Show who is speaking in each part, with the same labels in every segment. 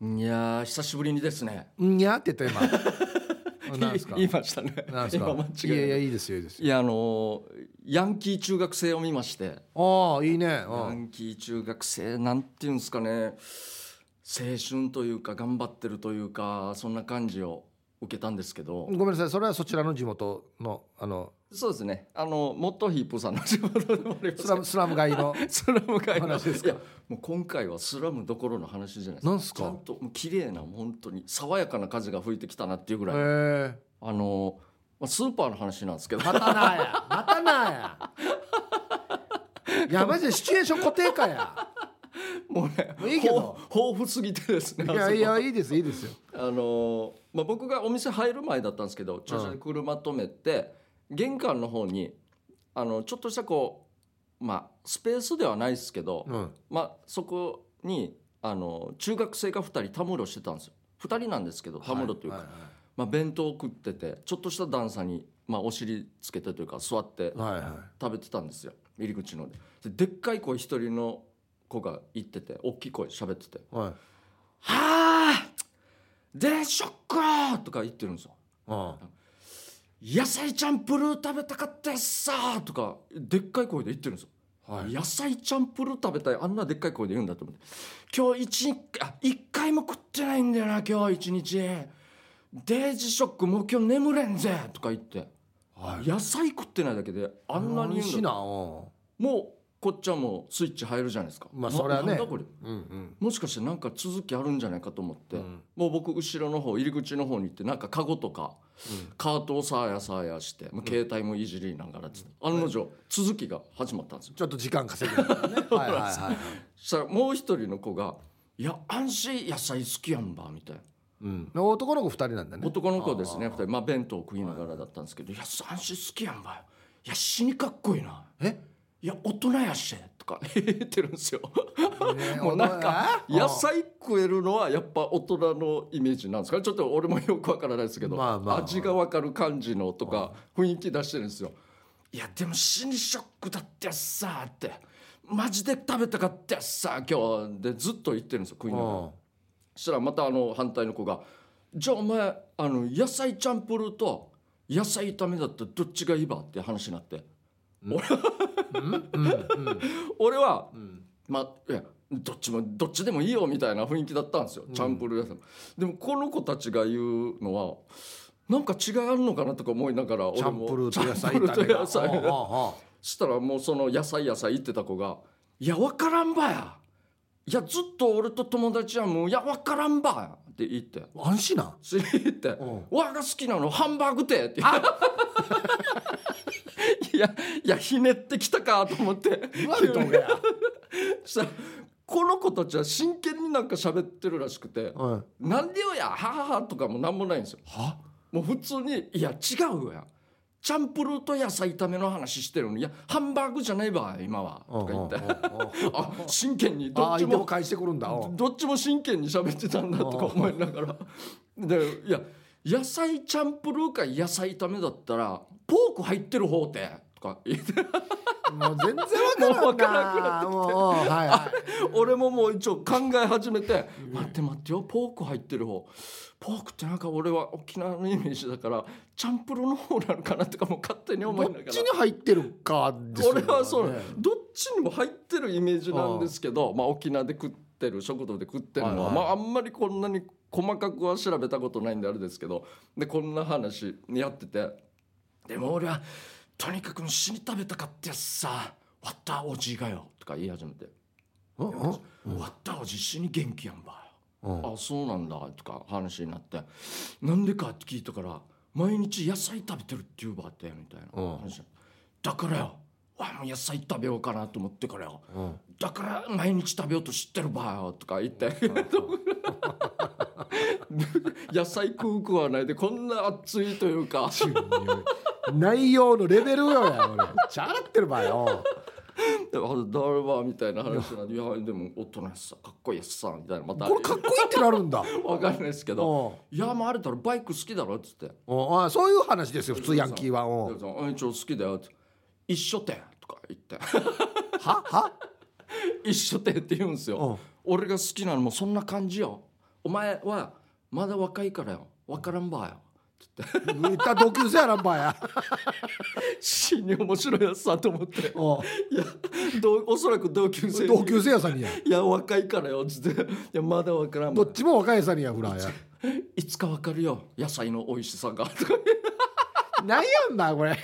Speaker 1: いやー久しぶりにですね
Speaker 2: んにゃって言った今なんです か
Speaker 1: 言いましたね
Speaker 2: なんですか
Speaker 1: 今間違
Speaker 2: いやいや
Speaker 1: いない
Speaker 2: いいですよいいですよ
Speaker 1: いやあのーヤンキー中学生を見まして
Speaker 2: ああいいねう
Speaker 1: ヤ
Speaker 2: ん
Speaker 1: ンキー中学生なんていうんですかね青春というか頑張ってるというかそんな感じを受けたんですけど、
Speaker 2: ごめんなさいそれはそちらの地元のあの
Speaker 1: そうですねあの元ヒップさんの仕事でもあります
Speaker 2: スラムスラム街の
Speaker 1: スラム街の
Speaker 2: 話ですか
Speaker 1: いやもう今回はスラムどころの話じゃないです
Speaker 2: なんすか
Speaker 1: ちゃんともう綺麗な本当に爽やかな風が吹いてきたなっていうぐらい、
Speaker 2: ええ
Speaker 1: あのまあ、スーパーの話なんですけど
Speaker 2: またなやまたなやいやマジでシチュエーション固定化や
Speaker 1: もうね
Speaker 2: もういいけど
Speaker 1: ほう豊富すぎてですね
Speaker 2: いやいやいいですいいですよ
Speaker 1: あのまあ、僕がお店入る前だったんですけど駐車で車止めて、玄関の方にあのちょっとしたこうまあスペースではないですけど、
Speaker 2: うん
Speaker 1: まあ、そこにあの中学生が2人たむろしてたんですよ2人なんですけどたむろというか、
Speaker 2: は
Speaker 1: まあ、弁当を食っててちょっとした段差に、まあ、お尻つけてというか座って
Speaker 2: はいはいはいはい
Speaker 1: 食べてたんですよ入り口のでででっかい声一人の子が言ってて大きい声喋ってて
Speaker 2: はい
Speaker 1: 「はあでしょっか!」とか言ってるんですよ。
Speaker 2: あ
Speaker 1: 「野菜チャンプルー食べたかったっさ!」とかでっかい声で言ってるんですよ。
Speaker 2: あはい
Speaker 1: 野菜チャンプルー食べたいあんなでっかい声で言うんだと思って今日一日あ一回も食ってないんだよな今日一日デイジショックもう今日眠れんぜとか言って
Speaker 2: はい
Speaker 1: 野菜食ってないだけであんなに
Speaker 2: 美
Speaker 1: 言
Speaker 2: 味
Speaker 1: う
Speaker 2: しい
Speaker 1: んだ
Speaker 2: なうん
Speaker 1: もうこっちはもうスイッチ入るじゃないですか
Speaker 2: まあ
Speaker 1: な
Speaker 2: それはね
Speaker 1: なんだこれ
Speaker 2: うん
Speaker 1: もしかしてなんか続きあるんじゃないかと思って、
Speaker 2: うん
Speaker 1: もう僕後ろの方入り口の方に行ってなんかカゴとかカートをさあやさあやして、もう携帯もいじりながらって、案の定続きが始まったんですよ
Speaker 2: ちょっと時間稼ぐからね はいはいはい
Speaker 1: そしたらもう一人の子が「いや安心野菜好きやんば」みたいな
Speaker 2: うん男の子二人なんだね
Speaker 1: 男の子ですね2人まあ弁当を食いながらだったんですけど「いや安心好きやんばよいや死にかっこいいな
Speaker 2: え
Speaker 1: いや大人やし」とか 言ってるんですよもうなんか
Speaker 2: えー
Speaker 1: 野菜食えるのはやっぱ大人のイメージなんですかねちょっと俺もよくわからないですけど、
Speaker 2: まあまあ
Speaker 1: 味がわかる感じのとか雰囲気出してるんですよいやでも死にショックだってさってマジで食べたかったさ今日でずっと言ってるんですよ食い
Speaker 2: うん
Speaker 1: ながら。そしたらまたあの反対の子が「じゃあお前あの野菜チャンプルーと野菜炒めだったらどっちがいいば?」って話になって俺は、まあいやどっちもどっちでもいいよみたいな雰囲気だったんですよ、チャンプルー野菜でもこの子たちが言うのはなんか違うのかなとか思いながら
Speaker 2: チャ
Speaker 1: 俺
Speaker 2: ン
Speaker 1: も
Speaker 2: プルーと野菜
Speaker 1: チャンプ
Speaker 2: 炒
Speaker 1: ルーと
Speaker 2: めが
Speaker 1: 野菜
Speaker 2: うんうんうん
Speaker 1: そしたらもうその野菜野菜言ってた子が「いやわからんばや」いやずっと俺と友達はもう「いやわからんばや」って言って
Speaker 2: 安心な
Speaker 1: スリーって
Speaker 2: うん
Speaker 1: 「わが好きなのハンバーグて」って いやいやひねってきたかと思って
Speaker 2: 悪 いとこや、
Speaker 1: したらこの子たちは真剣になんか喋ってるらしくて
Speaker 2: うん、
Speaker 1: 「なんでよやははは」とかもなんもないんですよ。
Speaker 2: は
Speaker 1: もう普通に「いや違うよや」チャンプルーと野菜炒めの話してるのに「いやハンバーグじゃないば今は」とか言って「あ真剣にど
Speaker 2: あ
Speaker 1: っち
Speaker 2: 相手
Speaker 1: も
Speaker 2: も返してくるんだうん
Speaker 1: どっちも真剣に喋ってたんだとか思いながらでいや野菜チャンプルーか野菜炒めだったらポーク入ってる方ってとか言って
Speaker 2: もう全然
Speaker 1: もう
Speaker 2: わ
Speaker 1: 分
Speaker 2: か
Speaker 1: かららな
Speaker 2: ん
Speaker 1: く
Speaker 2: な
Speaker 1: な
Speaker 2: もううんはいは
Speaker 1: 俺ももう一応考え始めて「待って待ってよポーク入ってる方ポークってなんか俺は沖縄のイメージだからチャンプルーの方なのかな」とかもう勝手に思い
Speaker 2: い
Speaker 1: なが
Speaker 2: どっ
Speaker 1: ら
Speaker 2: ちに入ってるかですよね
Speaker 1: 俺はそう、
Speaker 2: ね
Speaker 1: どっちにも入ってるイメージなんですけどまあ、沖縄で食ってる食堂で食ってるのは、
Speaker 2: はいはい
Speaker 1: まあ、あんまりこんなに細かくは調べたことないんであれですけどでこんな話やっててでも俺はとにかく死に食べたかったやつさ「わったおじいがよ」とか言い始めて
Speaker 2: うんうん
Speaker 1: 「わったおじい死に元気やんばよ」
Speaker 2: うん
Speaker 1: あそうなんだとか話になってなんでかって聞いたから毎日野菜食べてるって言うばってみたいな
Speaker 2: うん
Speaker 1: 話、だからよわもう野菜食べようかなと思ってからよ
Speaker 2: うん
Speaker 1: だから毎日食べようと知ってるばよとか言って 野菜食う食わないでこんな熱いという か
Speaker 2: チューにおい内容のレベルよや俺チャラってるば よ
Speaker 1: であ誰ばみたいな話になっていやでも大人やしさかっこいいやしさみたいなまた
Speaker 2: これかっこいいってなるんだ
Speaker 1: わかんないですけど「
Speaker 2: う
Speaker 1: いやまああれだろバイク好きだろ」っつって。
Speaker 2: んうんそういう話ですよ普通ヤンキーはうん
Speaker 1: であ一応好きだよって一緒てとか言って
Speaker 2: はは
Speaker 1: 一緒てって言うんですよ、
Speaker 2: うん
Speaker 1: 俺が好きなのもそんな感じよお前はまだ若いからよ分からんばよ」って言って
Speaker 2: 言った同級生やらんばや
Speaker 1: 死に面白いやつだと思って
Speaker 2: おう
Speaker 1: いやどうおそらく同級生に
Speaker 2: 同級生やさにや
Speaker 1: いや若いからよ」っつって「いやまだ分からんば
Speaker 2: ど
Speaker 1: よ
Speaker 2: っちも若いやさにやフラーや
Speaker 1: いつか分かるよ野菜の美味しさが」とか
Speaker 2: 何やんだこれ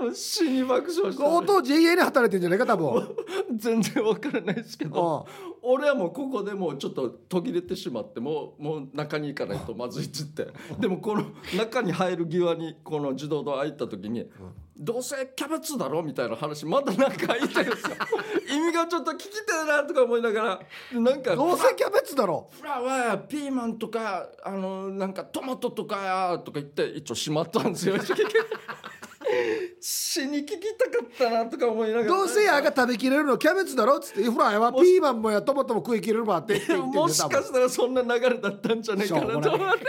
Speaker 1: もう死に爆笑して
Speaker 2: 相当 JA に働いてんじゃないか多分
Speaker 1: 全然分からないですけど
Speaker 2: おう
Speaker 1: 俺はもうここでもうちょっと途切れてしまってもうもう中に行かないとまずいっつってでもこの中に入る際にこの自動ドア入った時に「どうせキャベツだろ」みたいな話まだなんか入ったんです よ意味がちょっと聞きたいなとか思いながらなんか
Speaker 2: どうせキャベツだろ
Speaker 1: フラワーやピーマンとかあのなんかトマトとかやとか言って一応しまったんです よ死に聞きたかったなとか思いながら
Speaker 2: どうせやが食べきれるのキャベツだろっつってフラーやはピーマンもやトマトも食いきれるばってって言ってんだよ
Speaker 1: もしかしたらそんな流れだったんじゃないかなと思って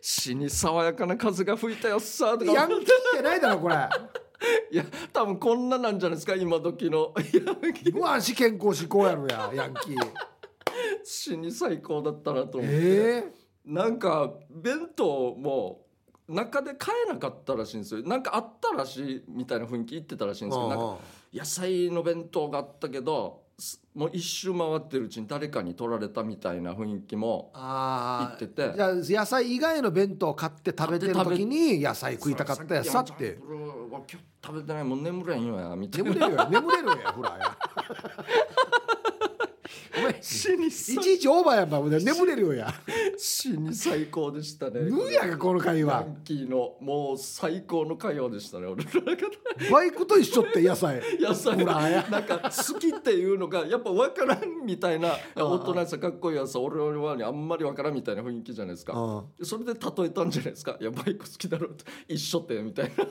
Speaker 1: 死に爽やかな風が吹いたよさとか
Speaker 2: 多分ヤンキーじゃないだろこれ
Speaker 1: いや多分こんななんじゃないですか今時の いや
Speaker 2: ご安し健康志向やろやヤンキー
Speaker 1: 死に最高だったなと思って、
Speaker 2: ええ
Speaker 1: なんか弁当も中で買えなかったらしいんですよなんかあったらしいみたいな雰囲気言ってたらしいんですけどなんか野菜の弁当があったけどすもう一周回ってるうちに誰かに取られたみたいな雰囲気も言
Speaker 2: あ
Speaker 1: っ
Speaker 2: あ
Speaker 1: てて
Speaker 2: じゃあ野菜以外の弁当を買って食べてる時に野菜食いたかったやさっ
Speaker 1: いや
Speaker 2: て
Speaker 1: 俺は今日食べてないもん眠れんよやみたいな
Speaker 2: 眠れるよ眠れるよほら やお前い
Speaker 1: 死に
Speaker 2: ち
Speaker 1: 最
Speaker 2: いちオーバーやんば眠れるよ や
Speaker 1: 死に最高でしたね
Speaker 2: ぬやがこの会
Speaker 1: ヤ
Speaker 2: 話
Speaker 1: ンキーのもう最高の会話でしたね俺の中で
Speaker 2: バイクと一緒って野 菜
Speaker 1: 野菜
Speaker 2: ほらや
Speaker 1: なんか好きっていうのがやっぱ分からんみたいな大人さかっこいいやさ俺はあんまり分からんみたいな雰囲気じゃないですか
Speaker 2: うん
Speaker 1: それで例えたんじゃないですか「いやバイク好きだろ」と一緒ってみたいない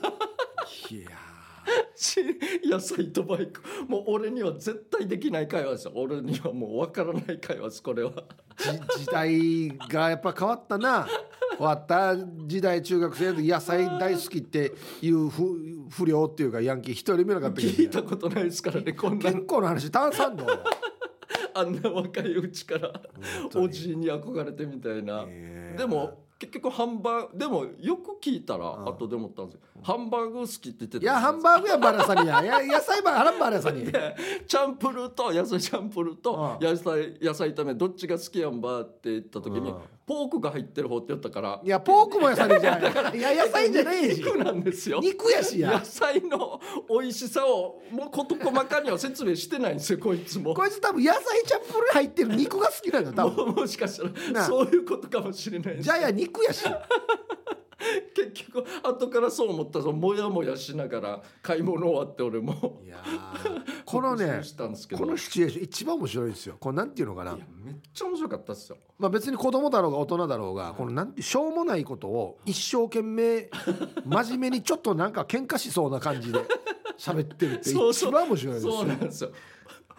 Speaker 2: や
Speaker 1: し 野菜とバイクもう俺には絶対できない会話ですよ俺にはもう分からない会話ですこれは
Speaker 2: ーじ時代がやっぱ変わったな変わった時代中学生の時野菜大好きっていう不不良っていうかヤンキー一人見なか ったけ
Speaker 1: 聞い
Speaker 2: ど
Speaker 1: たことないですからねこんな
Speaker 2: 結構な話炭酸の
Speaker 1: あんな若いうちからおじいに憧れてみたいな、
Speaker 2: ええ
Speaker 1: でも結局ハンバーグでもよく聞いたら
Speaker 2: ん
Speaker 1: 後で思ったんですよ、ハンバーグ好きって言ってた
Speaker 2: いやハンバーグやバラさにやいや野菜ばハンバーグやさに
Speaker 1: チャンプルーと野菜チャンプルーと
Speaker 2: う
Speaker 1: 野菜野菜炒めどっちが好きやんばって言った時に、
Speaker 2: うん
Speaker 1: ポークが入ってる方って言ったから
Speaker 2: いやポークも野菜じゃんいや野菜じゃないし
Speaker 1: 肉なんですよ
Speaker 2: 肉やし
Speaker 1: 野
Speaker 2: や
Speaker 1: 菜の美味しさをもう事細かには説明してないんですよこいつも。
Speaker 2: こいつ多分野菜チャップル入ってる肉が好きなんだ多分
Speaker 1: ももしかしたら
Speaker 2: なあ
Speaker 1: そういうことかもしれないです
Speaker 2: じゃあや肉やし
Speaker 1: 結局後からそう思ったらモヤモヤしながら買い物終わって俺も
Speaker 2: いやこのね
Speaker 1: したんですけど
Speaker 2: このシチュエーション一番面白いですよこれなんていうのかない
Speaker 1: やめっちゃ面白かったですよ
Speaker 2: まあ、別に子供だろうが大人だろうがこのなんてしょうもないことを一生懸 命真面目にちょっとなんか喧嘩しそうな感じで喋ってるって
Speaker 1: そうそう
Speaker 2: 一番面白いです
Speaker 1: そう
Speaker 2: よ
Speaker 1: なんですよ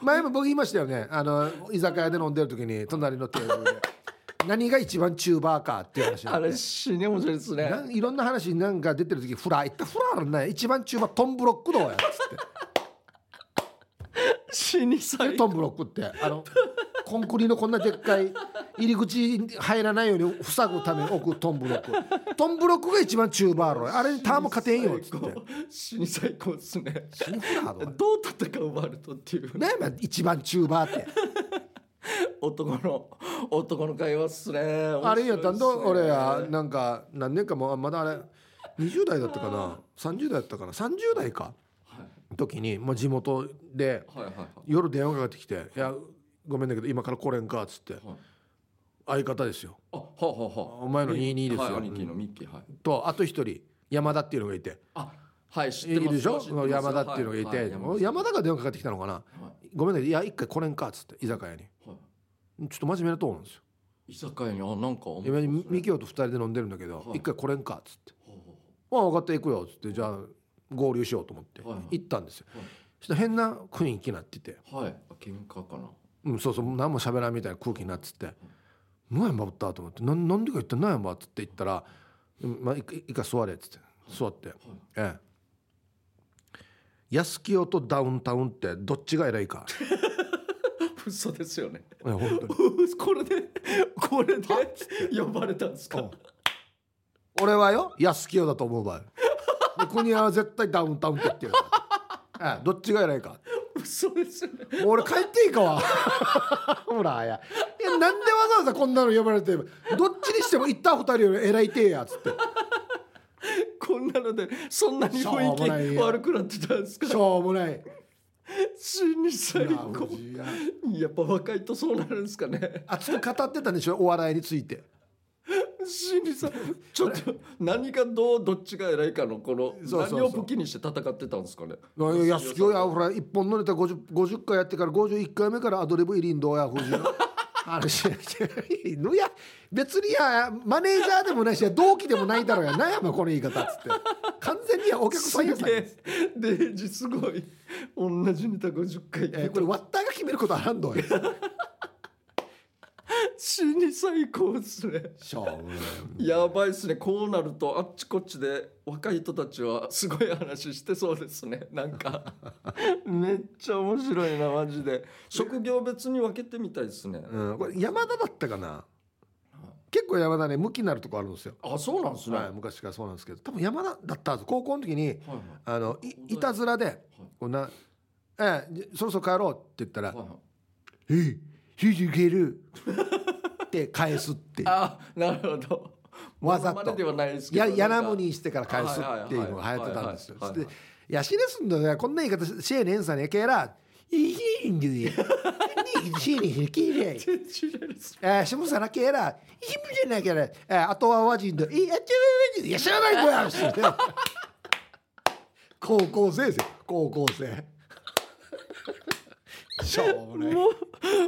Speaker 2: 前も僕言いましたよねあの居酒屋で飲んでる時に隣のテーブル で何が一番チューバーかっていう話
Speaker 1: あれ死に面白いですね
Speaker 2: なんいろんな話なんか出てる時フラーいったフラーのね一番チューバートンブロックどうやっつって
Speaker 1: 死に最
Speaker 2: トンブロックってあのコンクリのこんなでっかい入り口に入らないように塞ぐために置くトンブロックトンブロックが一番チューバーロあれにターンも勝てんよっつって
Speaker 1: 死に最高ですね
Speaker 2: 死ぬか
Speaker 1: どう
Speaker 2: ど
Speaker 1: 戦うワルトっていう
Speaker 2: ねまあ一番チューバーって
Speaker 1: 男の男の会話っすね
Speaker 2: あれやったんだ
Speaker 1: 面白いっすね
Speaker 2: 俺やなんか何年かもまだあれ20代だったかな30代だったかな30代か時にもう地元で
Speaker 1: はいはいはい
Speaker 2: 夜電話かかってきて「いやごめんだけど今から来れんか」っつって
Speaker 1: はい
Speaker 2: 相方ですよ
Speaker 1: あはあはあはあ
Speaker 2: お前の22ですよ
Speaker 1: はい兄貴のミッキーはい
Speaker 2: とあと一人山田っていうのがいて
Speaker 1: あはい知って
Speaker 2: い
Speaker 1: ます
Speaker 2: るでしょ
Speaker 1: 知
Speaker 2: そ
Speaker 1: てま
Speaker 2: の
Speaker 1: す
Speaker 2: 山田っていうのがいて、
Speaker 1: はは
Speaker 2: 山田山田が電話かかってきたのかな、ごめんねいや一回来れんかっつって居酒屋に
Speaker 1: はい
Speaker 2: ちょっと真面目なとこなんですよ
Speaker 1: 居酒屋にあなんか面白
Speaker 2: 今
Speaker 1: い
Speaker 2: みみきおと二人で飲んでるんだけど一、
Speaker 1: はい
Speaker 2: 回来れんかっつって
Speaker 1: ほうほ
Speaker 2: 「ああ分かった行くよ」っつってじゃあ合流しようと思って、
Speaker 1: はいはい
Speaker 2: 行ったんですよ、
Speaker 1: はい
Speaker 2: そしたら変な雰囲気になってて、
Speaker 1: うほうはいあ喧嘩かな
Speaker 2: うん、そうそう何も喋らんみたいな空気になってて「何やんばおった?」と思って「なんなんでか言ったら何やんば」っつって言ったら「うんまあ、一回一回座れ」っつって座って。ええ 安清とダウンタウンってどっちが偉いか
Speaker 1: 嘘ですよね
Speaker 2: いや本当に
Speaker 1: これでこれで呼ばれたんです
Speaker 2: う
Speaker 1: か
Speaker 2: ん俺はよ安清だと思う場合で国は絶対ダウンタウンって言ってるから ああどっちが偉いか
Speaker 1: 嘘ですよね
Speaker 2: もう俺帰っていいかわほらやいやなんでわざわざこんなの呼ばれてどっちにしても行った二人より偉いてえやつって
Speaker 1: こんなのでそんなに
Speaker 2: しょうもな
Speaker 1: 雰囲
Speaker 2: い
Speaker 1: 気
Speaker 2: や
Speaker 1: 悪くなってたんですか
Speaker 2: しょうもない
Speaker 1: 死に最
Speaker 2: なあ
Speaker 1: 高
Speaker 2: 藤井や
Speaker 1: やっぱ若いとそうなるんですかね
Speaker 2: 熱く語ってたんでしょお笑いについて
Speaker 1: 死にさちょっと何がどうどっちが偉いかのこの
Speaker 2: そうそうそう
Speaker 1: 何を武器にして戦ってたんですかね
Speaker 2: 安清やほら一本のネタ 50, 50回やってから51回目からアドリブ入りんどうや藤井の話やいやいや別にやマネージャーでもないしや同期でもないだろうやなんやまこの言い方っつって完全にやお客さ
Speaker 1: す
Speaker 2: ん
Speaker 1: げ
Speaker 2: やさん
Speaker 1: えデイジすごい同じネタ50回
Speaker 2: えーこれワッターが決めることあらんどい
Speaker 1: 死に最高っすね
Speaker 2: しょうもない
Speaker 1: やばいっすねこうなるとあっちこっちで若い人たちはすごい話してそうですねなんかめっちゃ面白いなマジで職業別に分けてみたいですね
Speaker 2: うん、これ山田だったかな結構山田ね向きになるとこあるんですよ、
Speaker 1: あそうなんですね、
Speaker 2: はい、昔からそうなんですけど多分山田だったはず高校の時に
Speaker 1: はい
Speaker 2: あのいいたずらでこんな「ええじゃそろそろ帰ろう」って言ったら
Speaker 1: はいはいはい
Speaker 2: 「えいヒュージュゲル」って返すっていう
Speaker 1: あなるほど
Speaker 2: わざと
Speaker 1: モノマネではないですけど
Speaker 2: やや
Speaker 1: な
Speaker 2: なん
Speaker 1: か
Speaker 2: もにしてから返すっていうのが流行ってたんですよ
Speaker 1: はいはいはいはいはいはい
Speaker 2: で「やしねすんだねこんな言い方しシェーネンさんやけら」「いいんでよ」 「シェーネンひきれい」
Speaker 1: 全然違いです
Speaker 2: えー、下さなけえら、いじめじゃなきゃね、えー、あとは和人で、いや、ちゅういや、知らない子やし。 高校生ですよ、高校 生。しょうもない。
Speaker 1: も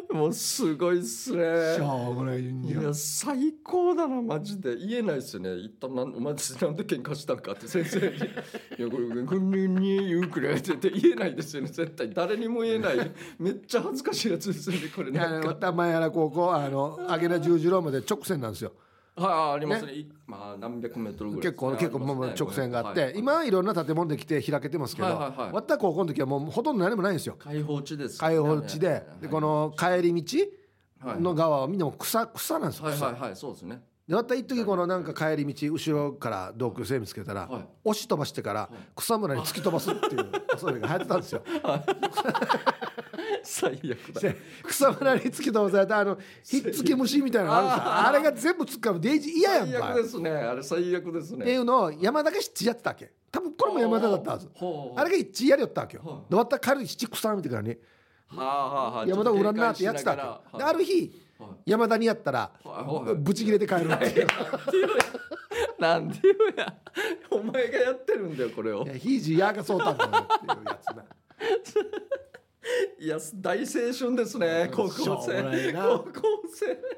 Speaker 1: うもうすごいっす
Speaker 2: し
Speaker 1: ね
Speaker 2: ょうもないん
Speaker 1: い
Speaker 2: だよ。
Speaker 1: や最高だなマジで言えないっすよね一旦なんマジでなんで喧嘩したんかって先生に「いやこれこんなに言うくらい」って言えないですよね絶対誰にも言えないめっちゃ恥ずかしいやつですよねこれ
Speaker 2: いや、
Speaker 1: なん
Speaker 2: ま
Speaker 1: か
Speaker 2: た前原高校、あの、揚げな十字路まで直線なんですよ。
Speaker 1: はいありますねいまあ何百メートルぐらいですね、
Speaker 2: 結構、結構、
Speaker 1: り
Speaker 2: まあ
Speaker 1: すね
Speaker 2: まあ直線があって、
Speaker 1: はい
Speaker 2: 今はいろんな建物で来て開けてますけど、
Speaker 1: はいはいはい
Speaker 2: わった高校の時はもうほとんど何もないんですよ。
Speaker 1: 開放地です
Speaker 2: 開放地で、でこの帰り道の側はみんなもう草、草なんですよ。
Speaker 1: はい
Speaker 2: 草
Speaker 1: はいはいそうですね
Speaker 2: でまた一時このなんか帰り道後ろから同級生見つけたら、
Speaker 1: はい
Speaker 2: 押し飛ばしてから草むらに突き飛ばすっ ていう遊びが流行ってたんですよ
Speaker 1: 最悪だ
Speaker 2: で草むらに突き飛ばさ れたあのひっつき虫みたいなのがあるんですよあれが全部突っかむデイジー嫌やん
Speaker 1: 最悪
Speaker 2: かっ
Speaker 1: ですねあれ最悪です
Speaker 2: てい
Speaker 1: ね
Speaker 2: うのを山田が知っちやってたわけ多分これも山田だったはず
Speaker 1: ほうほう
Speaker 2: あれが一致やりよったわけよ
Speaker 1: は
Speaker 2: でまた彼七草見てからに
Speaker 1: はあはあはあ
Speaker 2: 山田を恨んなってやってた
Speaker 1: ちょ
Speaker 2: わ
Speaker 1: と警戒し
Speaker 2: け
Speaker 1: なが
Speaker 2: で
Speaker 1: ら
Speaker 2: ある日
Speaker 1: はい
Speaker 2: 山田にやったら
Speaker 1: はいはい
Speaker 2: ブチ切れて帰るっていう
Speaker 1: なんでよやお前がやってるんだよこれを
Speaker 2: いやひいじやがそうたんだよっていうやつない
Speaker 1: や大青春ですね高
Speaker 2: しょ
Speaker 1: 校
Speaker 2: う
Speaker 1: 生
Speaker 2: もないな
Speaker 1: 高校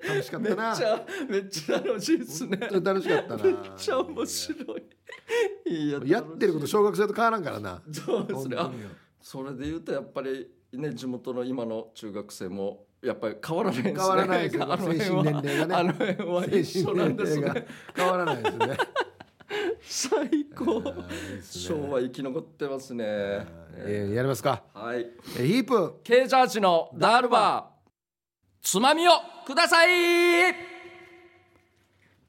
Speaker 1: 生
Speaker 2: 楽しかっ
Speaker 1: めった
Speaker 2: な
Speaker 1: ちゃめっちゃ楽しいですねめっ
Speaker 2: 楽しかったな
Speaker 1: ちゃ面白いいや
Speaker 2: やってること小学生と変わらんからな
Speaker 1: そうですねあ
Speaker 2: 本当によ
Speaker 1: それで言うとやっぱりね地元の今の中学生もやっぱり変わらないんですね
Speaker 2: 変わらないです よ
Speaker 1: あの辺は
Speaker 2: 精神年齢がね
Speaker 1: あの辺は一
Speaker 2: 精
Speaker 1: 緒
Speaker 2: 神
Speaker 1: なん
Speaker 2: 年
Speaker 1: です
Speaker 2: 齢が
Speaker 1: ね
Speaker 2: 変わらな いですね
Speaker 1: 最高昭和生き残ってますね
Speaker 2: えーやりますか
Speaker 1: はい
Speaker 2: えーヒープ
Speaker 1: K ジャージのダールバーつまみをください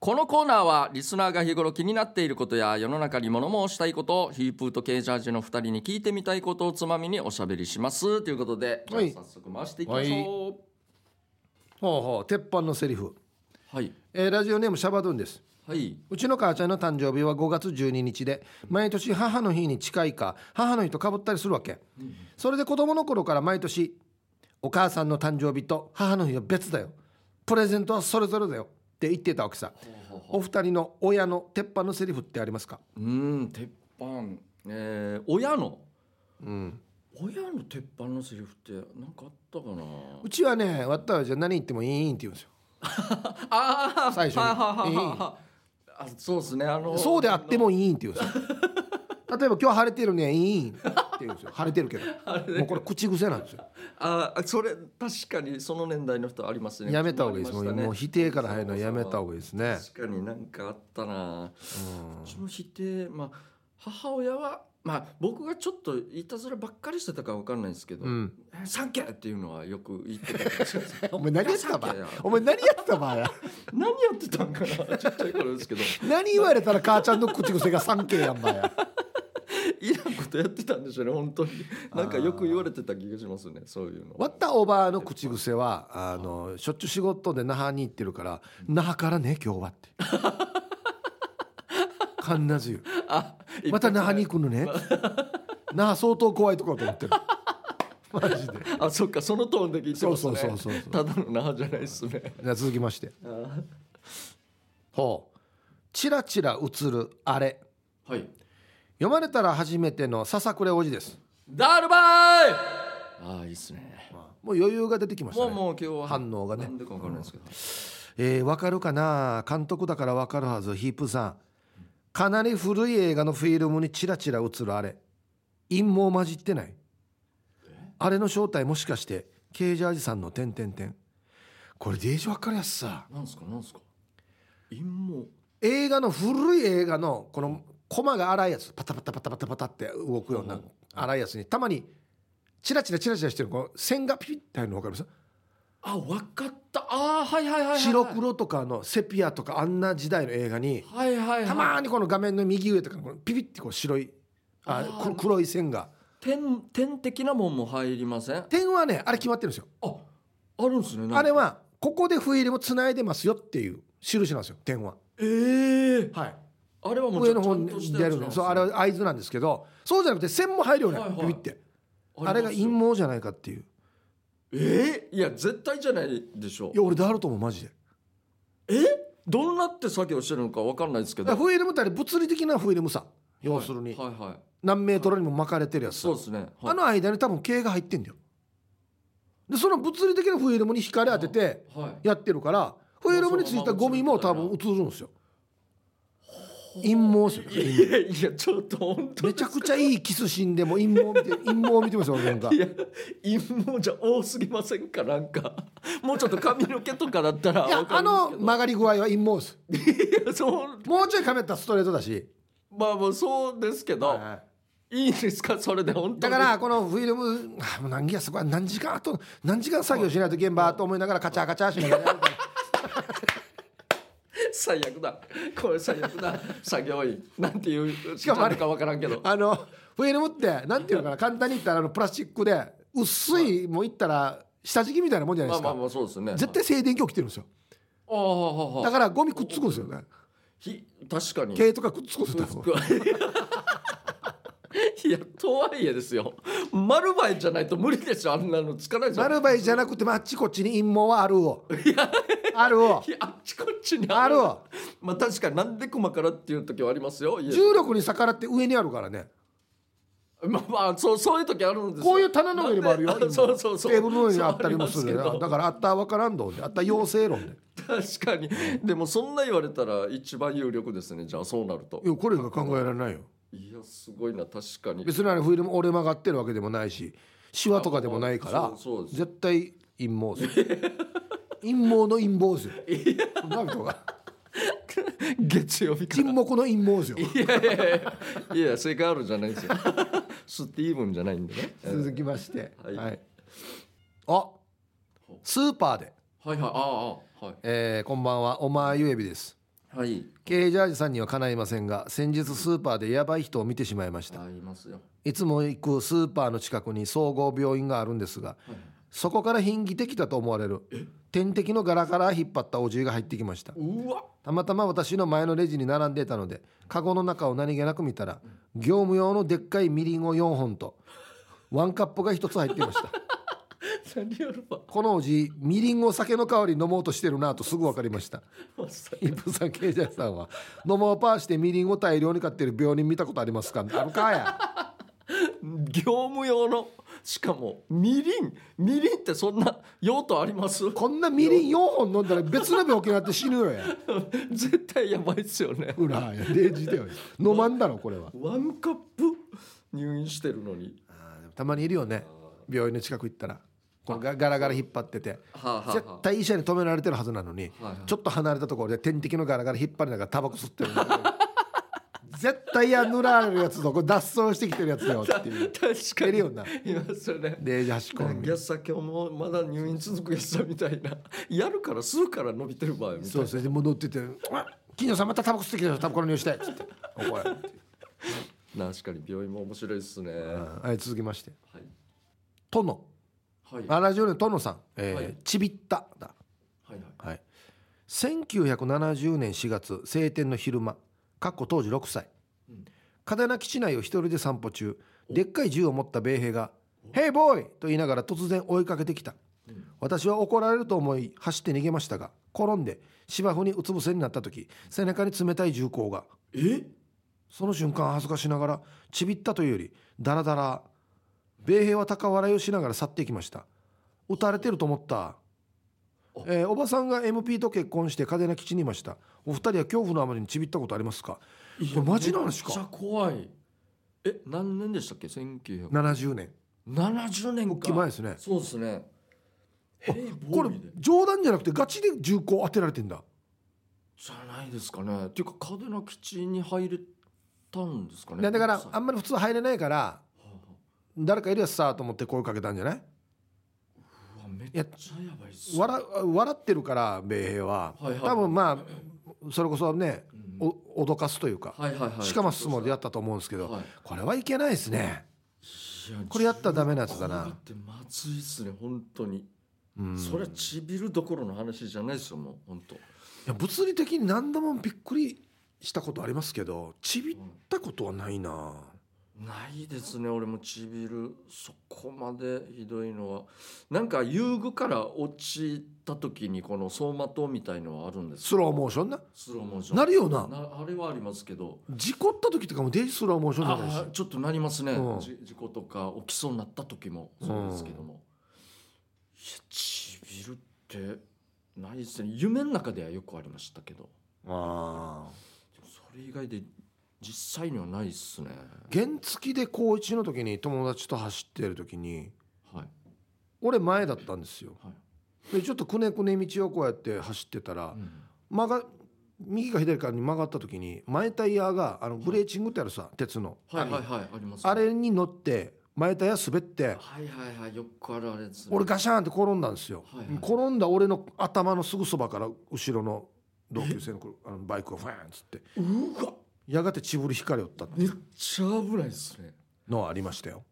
Speaker 1: このコーナーはリスナーが日頃気になっていることや世の中に物申したいことをヒープーと K ジャージの2人に聞いてみたいことをつまみにおしゃべりしますということで、
Speaker 2: はい
Speaker 1: じゃあ早速回していきましょ
Speaker 2: ほうほう鉄板のセリフ、
Speaker 1: うはい
Speaker 2: えーラジオネームシャバドゥンです
Speaker 1: はい、
Speaker 2: うちの母ちゃんの誕生日は5月12日で毎年母の日に近いか母の日とかぶったりするわけそれで子供の頃から毎年お母さんの誕生日と母の日は別だよプレゼントはそれぞれだよって言ってたわけさお二人の親の鉄板のセリフってありますか
Speaker 1: うーん鉄板えー、親の
Speaker 2: うん
Speaker 1: 親の鉄板のセリフって何かあったかな
Speaker 2: うちはね、わったわじゃあ何言ってもいいって言うんですよ。
Speaker 1: ああ
Speaker 2: 最初に
Speaker 1: はあはあはあはああそうですねあの
Speaker 2: そうであってもいいって言うんです よ。例えば今日晴れてるね、いいって言うんですよ。 晴れてるけど、もうこれ口癖なんですよ。
Speaker 1: ああそれ確かにその年代の人ありますね
Speaker 2: やめた方がいいです。も
Speaker 1: 困りまし
Speaker 2: う
Speaker 1: たね
Speaker 2: もう否定から入るのはやめた方がいいですね。
Speaker 1: 確かになんかあったなうちの否定まあ母親はまあ僕がちょっといたずらばっかりしてたかわかんないですけど
Speaker 2: うん
Speaker 1: 「えサンキュー!」っていうのはよく言ってた気がします
Speaker 2: お前何やってたば
Speaker 1: いや
Speaker 2: お前何やってたばや
Speaker 1: 何やってたんかなちっちゃい頃ですけ ど
Speaker 2: 何言われたら母ちゃんの口癖が 3K やんばや
Speaker 1: いらんことやってたんでしょうね本当になんかよく言われてた気がしますねそういうの
Speaker 2: 割ったおばの口癖はあのしょっちゅう仕事で那覇に行ってるから「那覇からね今日は」って必ず言う
Speaker 1: あ
Speaker 2: また那覇に行くのね那覇相当怖いとこだと思ってるマジで
Speaker 1: あそっかそのトーンで聞いてますね
Speaker 2: そうそうそうそう
Speaker 1: ただの那覇じゃないですね
Speaker 2: じゃあ続きましてほう「チラチラ映るあれ
Speaker 1: はい」
Speaker 2: 読まれたら初めての笹倉おじです
Speaker 1: ダルバイああいいっすね
Speaker 2: もう余裕が出てきました
Speaker 1: もう
Speaker 2: ね
Speaker 1: もう今日は
Speaker 2: 反応がね
Speaker 1: なんでかわからないですけど
Speaker 2: えー、わかるかな監督だからわかるはずヒープさんかなり古い映画のフィルムにチラチラ映るあれ陰謀混じってないあれの正体もしかしてケージャージさんの点点点これデージわかりやすさ
Speaker 1: なんすかなんすか陰謀
Speaker 2: 映画の古い映画のこのコマが荒いやつパタパタパタパタパタって動くような
Speaker 1: うん
Speaker 2: 荒いやつにたまにチラチラチラチラしてるこの線がピピッて入るの分かります
Speaker 1: あわかったあーはいはいはいはい
Speaker 2: 白黒とかのセピアとかあんな時代の映画に
Speaker 1: はいはいはい
Speaker 2: たまーにこの画面の右上とかにこのピピってこう白いあ
Speaker 1: あー
Speaker 2: 黒黒い線が
Speaker 1: 点点的なもんも入りませんあ
Speaker 2: 点はねあれ決まってるんですよ
Speaker 1: あるんですねなんか
Speaker 2: あれはここでフィルムつないでますよっていう印なんですよ点は
Speaker 1: ええ
Speaker 2: はい
Speaker 1: あれはもう
Speaker 2: 上の方
Speaker 1: ちゃんとし
Speaker 2: に
Speaker 1: た
Speaker 2: 出
Speaker 1: やつ
Speaker 2: る
Speaker 1: なんです
Speaker 2: のそう
Speaker 1: ね
Speaker 2: あれは合図なんですけどそうじゃなくて線も入るよね
Speaker 1: はいはい
Speaker 2: ピピってあ
Speaker 1: あ
Speaker 2: れ
Speaker 1: り
Speaker 2: が
Speaker 1: ます
Speaker 2: 陰謀じゃないかっていう
Speaker 1: えーいや絶対じゃないでしょ
Speaker 2: いや俺であると思うマジで
Speaker 1: えどんなって作業してるのかわかんないですけ
Speaker 2: だから
Speaker 1: ど
Speaker 2: フィルムってあれ物理的なフィルムさ要するに
Speaker 1: はいはいはい
Speaker 2: 何メートルにも巻かれてるやつさ
Speaker 1: そうですねはい
Speaker 2: あの間に多分毛が入ってんだよでその物理的なフィルムに光当てて
Speaker 1: はい
Speaker 2: やってるからフィルムについたゴミも多分映るんですよ陰謀ですよ
Speaker 1: いや いやいやちょっと本当
Speaker 2: めちゃくちゃいいキスシーンでも陰謀 見て陰謀見てますよ俺なんか
Speaker 1: いや陰謀じゃ多すぎませんかなんかもうちょっと髪の毛とかだったら
Speaker 2: いや
Speaker 1: わか
Speaker 2: あ
Speaker 1: るん
Speaker 2: の曲がり具合は陰謀です
Speaker 1: ですけどいやそう
Speaker 2: もうちょいかめったらストレートだし、
Speaker 1: まあまあそうですけど、い、いですかそれで本当
Speaker 2: だ
Speaker 1: に
Speaker 2: からこのフィルムあもう何やそこは何時間と何時間作業しないと現場と思いながらカチャカチャしなが らやるから
Speaker 1: 最悪だこれ最悪だ作業員なんていうしかもあるかわからんけど
Speaker 2: あのフィルムってなんていうのかな簡単に言ったらあのプラスチックで薄いもういったら下敷きみたいなもんじゃない
Speaker 1: ま
Speaker 2: で
Speaker 1: あま
Speaker 2: す
Speaker 1: あ
Speaker 2: か
Speaker 1: まあそうですね
Speaker 2: 絶対静電気起きてるんですよ
Speaker 1: ああああ
Speaker 2: だからゴミくっつくんですよね
Speaker 1: ひ確かに
Speaker 2: 毛とかくっつくんですよ多分
Speaker 1: いやとはいえですよ丸バイじゃないと無理でしょあんなのつかないですよ
Speaker 2: 丸バイじゃなくてもあっちこっちに陰謀はあ るをあるを
Speaker 1: いやあっちこっちに
Speaker 2: あ るわ
Speaker 1: まあ確かになんで細からっていう時はありますよ家で
Speaker 2: 重力に逆らって上にあるからね
Speaker 1: まあまあそうそういう時あるんですよ
Speaker 2: こういう棚の上にもあるよ
Speaker 1: なんであ
Speaker 2: 今
Speaker 1: そうそうそう
Speaker 2: テーブルの上にあったりもする
Speaker 1: そうあ
Speaker 2: よ
Speaker 1: り
Speaker 2: だ
Speaker 1: ま
Speaker 2: からあったら分からんどんであったら妖精論で
Speaker 1: すけど確かにでもそんな言われたら一番有力ですねじゃあそうなると
Speaker 2: いやこれが考えられないよ
Speaker 1: いやすごいな確か に
Speaker 2: 別にあれフィルム折れ曲がってるわけでもないしシワとかでもないから
Speaker 1: あそうそうです
Speaker 2: 絶対陰謀で すよ陰謀の陰謀ですよなんとか
Speaker 1: 月曜日から
Speaker 2: 沈黙の陰謀ですよ
Speaker 1: いやいやいやいやセガールじゃないんですよ スティーブンじゃないんでね
Speaker 2: 続きまして
Speaker 1: はい
Speaker 2: はいあスーパーで
Speaker 1: はいはいああは
Speaker 2: えーこんばんはおまゆえびです
Speaker 1: いはい
Speaker 2: ケージャージさんにはかないませんが先日スーパーでやばい人を見てしまいました
Speaker 1: ありますよ
Speaker 2: いつも行くスーパーの近くに総合病院があるんですが、そこから品技的だと思われる点滴の柄から引っ張ったおじいが入ってきました
Speaker 1: うわ
Speaker 2: たまたま私の前のレジに並んでいたのでカゴの中を何気なく見たら業務用のでっかいみりんを4本とワンカップが1つ入っていました
Speaker 1: 何やるわ
Speaker 2: このおじいみりんを酒の代わりに飲もうとしてるなとすぐ分かりま した
Speaker 1: マスター
Speaker 2: イブさんケイジャーさんは「飲もうパーしてみりんを大量に買ってる病人見たことありますか?」あるかや
Speaker 1: 業務用のしかもみりんみりんってそんな用途あります
Speaker 2: こんなみりん4本飲んだら別の病気になって死ぬよや
Speaker 1: 絶対やばいっすよね
Speaker 2: ほらデイジだよ飲まんだろこれは
Speaker 1: ワンカップ入院してるのに
Speaker 2: たまにいるよね病院の近く行ったらこのガガラガラ引っ張ってて
Speaker 1: はあはあ
Speaker 2: 絶対医者に止められてるはずなのに
Speaker 1: はいはい
Speaker 2: ちょっと離れたところで点滴のガラガラ引っ張りながらタバコ吸ってる絶対や塗られるやつとこれ脱走してきてるやつだよっていう
Speaker 1: 確か
Speaker 2: 出るよ
Speaker 1: に
Speaker 2: な
Speaker 1: 今それ
Speaker 2: で端っこ
Speaker 1: いやさ今日もまだ入院続くやつだみたいな やるからするから伸びてる場合みたい
Speaker 2: そう
Speaker 1: な
Speaker 2: それで戻ってて「金魚さんまたタバコ吸ってきたよタバコの匂いしたい」っつ って「おい」って
Speaker 1: 確かに病院も面白いですねは
Speaker 2: はい続きまして
Speaker 1: い
Speaker 2: 殿
Speaker 1: はいは
Speaker 2: あラジオネーム殿さん、えー
Speaker 1: はい
Speaker 2: ちびっただ
Speaker 1: いはい
Speaker 2: はい、1970年4月晴天の昼間かっこ当時6歳
Speaker 1: うん
Speaker 2: 嘉手納基地内を一人で散歩中でっかい銃を持った米兵が「ヘイボーイ!」と言いながら突然追いかけてきた
Speaker 1: うん
Speaker 2: 私は怒られると思い走って逃げましたが転んで芝生にうつ伏せになった時背中に冷たい銃口が
Speaker 1: え
Speaker 2: その瞬間恥ずかしながらちびったというよりダラダラ米兵は高笑いをしながら去っていきました撃たれてると思った
Speaker 1: お
Speaker 2: えーおばさんが MP と結婚して嘉手納基地にいましたお二人は恐怖のあまりにちびったことありますか
Speaker 1: い
Speaker 2: これマジなんですか
Speaker 1: めっちゃ怖いえ何年でしたっけ1970
Speaker 2: 70年
Speaker 1: 年か
Speaker 2: 大きい前ですね
Speaker 1: そうですねヘイボ
Speaker 2: こ
Speaker 1: ー
Speaker 2: れ
Speaker 1: イで
Speaker 2: 冗談じゃなくてガチで銃口当てられてんだ
Speaker 1: じゃないですかねっていうか嘉手納基地に入れたんですかね
Speaker 2: だから
Speaker 1: は
Speaker 2: あんまり普通入れないか
Speaker 1: あ
Speaker 2: ら
Speaker 1: は
Speaker 2: 誰かいるやつさと思って声かけたんじゃない
Speaker 1: あうわめっちゃ
Speaker 2: や
Speaker 1: やばいっすね
Speaker 2: 笑笑ってるから米兵は、
Speaker 1: はいはい
Speaker 2: 多分まあそれこそね
Speaker 1: うん
Speaker 2: お脅かすというか、
Speaker 1: はいはいはい
Speaker 2: しかも質問でやったと思うんですけど、
Speaker 1: はい
Speaker 2: これはいけないですね
Speaker 1: いや
Speaker 2: これやったらダメなやつだな
Speaker 1: 自分こうやってまずいっすね本当に
Speaker 2: うん
Speaker 1: それはちびるどころの話じゃないですよもう本当
Speaker 2: いや物理的に何度もびっくりしたことありますけどちびったことはないな
Speaker 1: ないですね俺もちびるそこまでひどいのはなんか遊具から落ちた時にこの走馬灯みたいのはあるんです
Speaker 2: スローモーションな
Speaker 1: スローモーション
Speaker 2: なるよな
Speaker 1: あれはありますけど
Speaker 2: 事故った時とかもデイジスローモーションじゃないし
Speaker 1: あちょっとなりますね、
Speaker 2: うん
Speaker 1: じ事故とか起きそうになった時もそうですけども、いやちびるってないですね夢の中ではよくありましたけど
Speaker 2: あー
Speaker 1: それ以外で実際にはないっすね
Speaker 2: 原付で高1の時に友達と走ってる時に
Speaker 1: はい
Speaker 2: 俺前だったんですよ
Speaker 1: はい、
Speaker 2: でちょっとくねくね道をこうやって走ってたら
Speaker 1: うん
Speaker 2: 曲が右か左かに曲がった時に前タイヤがあのブレーチングってあるさ鉄の、
Speaker 1: はいはいはいありますね
Speaker 2: あれに乗って前タイヤ滑って
Speaker 1: はいはいはいよくあるあれですね
Speaker 2: 俺ガシャンって転んだんですよ、
Speaker 1: はいはい
Speaker 2: 転んだ俺の頭のすぐそばから後ろの同級生のあのバイクがファーンっつって
Speaker 1: うわ
Speaker 2: やがてちぶり光りおった
Speaker 1: めっちゃ危ないですね
Speaker 2: のはありましたよ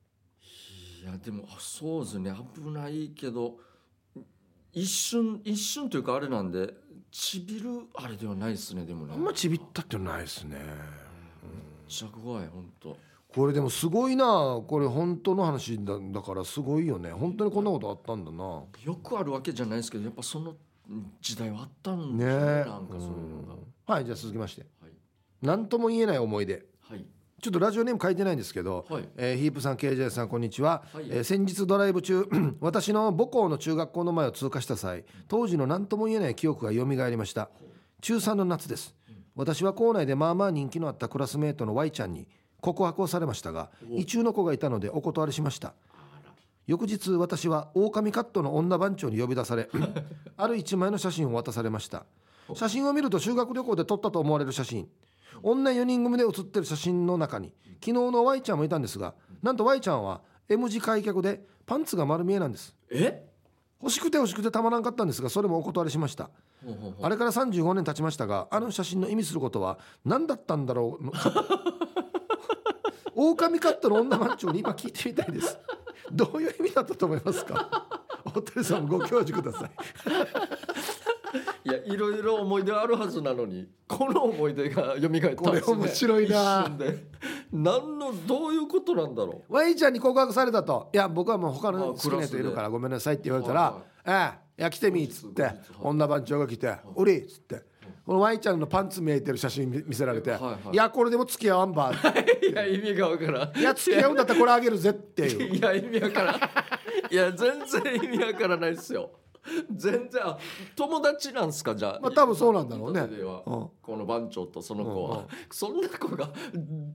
Speaker 1: いやでもあそうですね危ないけど一瞬一瞬というかあれなんでちびるあれではないですねでもね
Speaker 2: あんまちびったってないですね
Speaker 1: めっちゃ怖い本当
Speaker 2: これでもすごいなこれ本当の話だだからすごいよね本当にこんなことあったんだな
Speaker 1: よくあるわけじゃないですけどやっぱその時代はあったん
Speaker 2: ね
Speaker 1: ですね
Speaker 2: え
Speaker 1: なんかそういうのが
Speaker 2: はいじゃあ続きまして
Speaker 1: はい
Speaker 2: 何とも言えない思い出
Speaker 1: はい
Speaker 2: ちょっとラジオネーム書いてないんですけど、
Speaker 1: はい
Speaker 2: えーヒープさん KJ さんこんにちは、
Speaker 1: はい
Speaker 2: えー先日ドライブ中 私の母校の中学校の前を通過した際当時の何とも言えない記憶が蘇りました中3の夏です私は校内でまあまあ人気のあったクラスメートの Y ちゃんに告白をされましたが
Speaker 1: お
Speaker 2: 異中の子がいたのでお断りしました
Speaker 1: あら
Speaker 2: 翌日私は狼カットの女番長に呼び出 されある一枚の写真を渡されました写真を見ると修学旅行で撮ったと思われる写真女4人組で写ってる写真の中に昨日の Y ちゃんもいたんですがなんと Y ちゃんは M 字開脚でパンツが丸見えなんです
Speaker 1: え
Speaker 2: 欲しくて欲しくてたまらんかったんですがそれもお断りしました
Speaker 1: ほうほうほう
Speaker 2: あれから35年経ちましたがあの写真の意味することは何だったんだろうの狼カットの女番長に今聞いてみたいですどういう意味だったと思いますか おとりさんもご教授ください
Speaker 1: いやいろいろ思い出あるはずなのにこの思い出が蘇ったんですね
Speaker 2: これ面白いな
Speaker 1: 一瞬で何のどういうことなんだろ
Speaker 2: Y ちゃんに告白されたと「いや僕はもう他
Speaker 1: まあ
Speaker 2: の好きな人いるからごめんなさい」って言われた
Speaker 1: はい
Speaker 2: ら「ええいや来てみ」っつっ
Speaker 1: 後
Speaker 2: て
Speaker 1: 日後日
Speaker 2: 女番長が来て「おり」っつってこの Y ちゃんのパンツ見えてる写真見見せられて
Speaker 1: はいはい
Speaker 2: 「いやこれでも付き合わんば」
Speaker 1: ういや意味がわからん
Speaker 2: いや付き合うんだったらこれあげるぜ」っていう。
Speaker 1: いや意味わからんいや全然意味わからないですよ全然あ友達なんすかじゃあ
Speaker 2: まあ多分そうなんだろうね
Speaker 1: インタビューは
Speaker 2: うん
Speaker 1: この番長とその子は、そんな子が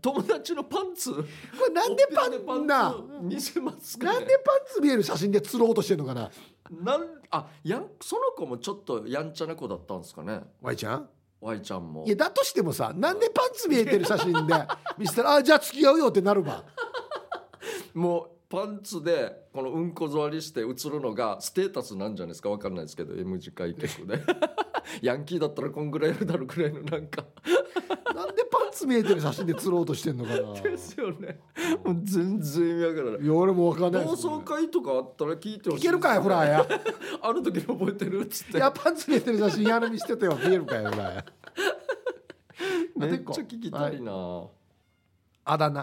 Speaker 1: 友達のパンツこ
Speaker 2: れなんでパンな
Speaker 1: 見せますか、ね、
Speaker 2: なんでパンツ見える写真で釣ろうとしてるのかな
Speaker 1: なんあやんその子もちょっとやんちゃな子だったんですかね
Speaker 2: Y ちゃん
Speaker 1: Y ちゃんも
Speaker 2: いやだとしてもさなんでパンツ見えてる写真で見せたらあじゃあ付き合うよってなるわ
Speaker 1: もうパンツでこのうんこ座りして映るのがステータスなんじゃないですかわかんないですけど M 字開脚 でヤンキーだったらこんぐらいやるだろうくらいのなんか
Speaker 2: なんでパンツ見えてる写真で釣ろうとしてんのかな
Speaker 1: ですよねもう全然意味わからない
Speaker 2: いや俺もわかんない
Speaker 1: 同
Speaker 2: です
Speaker 1: 窓会とかあったら聞いてほし
Speaker 2: い
Speaker 1: い
Speaker 2: けるかよほらや
Speaker 1: あの時の覚えてるっつっ
Speaker 2: い
Speaker 1: て
Speaker 2: やパンツ見えてる写真やる見してたよ見えるかよ ほらや
Speaker 1: めっちゃ聞きたいなは
Speaker 2: あだ名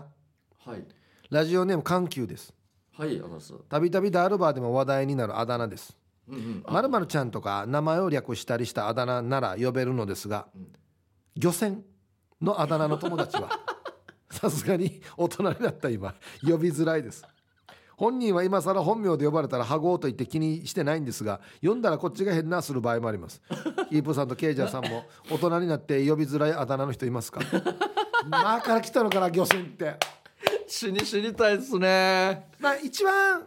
Speaker 1: い
Speaker 2: ラジオネーム緩急です
Speaker 1: はいアナスう
Speaker 2: たびたびダールバーでも話題になるあだ名です
Speaker 1: んうんあ
Speaker 2: まるまるちゃんとか名前を略したりしたあだ名なら呼べるのですが
Speaker 1: うん
Speaker 2: 漁船のあだ名の友達は さすがに大人になった今呼びづらいです本人は今更本名で呼ばれたら「はごう」と言って気にしてないんですが呼んだらこっちが変なする場合もありますヒープーさんとケイジャーさんも 大人になって呼びづらいあだ名の人いますか まあから来たのかな漁船って
Speaker 1: 死に知りたいですね
Speaker 2: まあ一番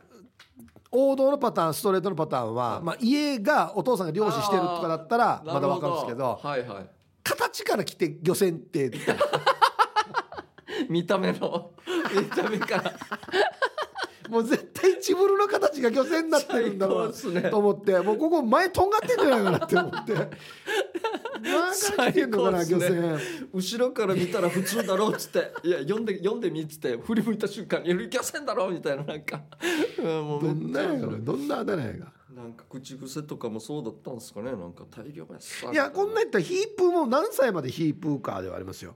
Speaker 2: 王道のパターンストレートのパターンは、まあ、家がお父さんが漁師してるとかだったらまだわかるんですけど
Speaker 1: はいはい
Speaker 2: 形から来て漁船って
Speaker 1: 見た目 の見た目から
Speaker 2: もう絶対チブルの形が漁船になってるんだろう
Speaker 1: 最高っすね
Speaker 2: なと思ってもうここ前とんがってんじゃないか なって思って前から来てんのかな、
Speaker 1: 最高
Speaker 2: 漁
Speaker 1: っすね
Speaker 2: 船
Speaker 1: 後ろから見たら普通だろうっつって「いや読んで読んでみ」っつって振り向いた瞬間に「いやせんだろ」みたいななんか、うん、もう
Speaker 2: どんなや
Speaker 1: めっちゃ
Speaker 2: ろどんなあだ名やが
Speaker 1: なんか口癖とかもそうだったんですかねなんか大量やっさ
Speaker 2: いやこんなん
Speaker 1: な
Speaker 2: 言ったらヒープーも何歳までヒープーカーではありますよ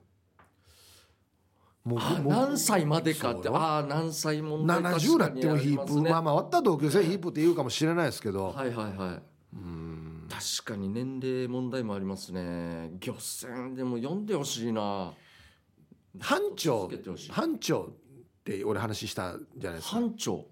Speaker 2: もう
Speaker 1: あ
Speaker 2: もう
Speaker 1: 何歳までかって
Speaker 2: そうよ
Speaker 1: ああ何歳問題確か
Speaker 2: 70なっても
Speaker 1: あ
Speaker 2: ヒ
Speaker 1: り
Speaker 2: ー
Speaker 1: ま
Speaker 2: プ
Speaker 1: すね
Speaker 2: まあまあ終わった同級生ヒープって言うかもしれないですけど、
Speaker 1: はいはいはい確かに年齢問題もありますね漁船でも読んでほしいな
Speaker 2: 班長
Speaker 1: 続けてほしい
Speaker 2: 班長って俺話したじゃないですか
Speaker 1: 班長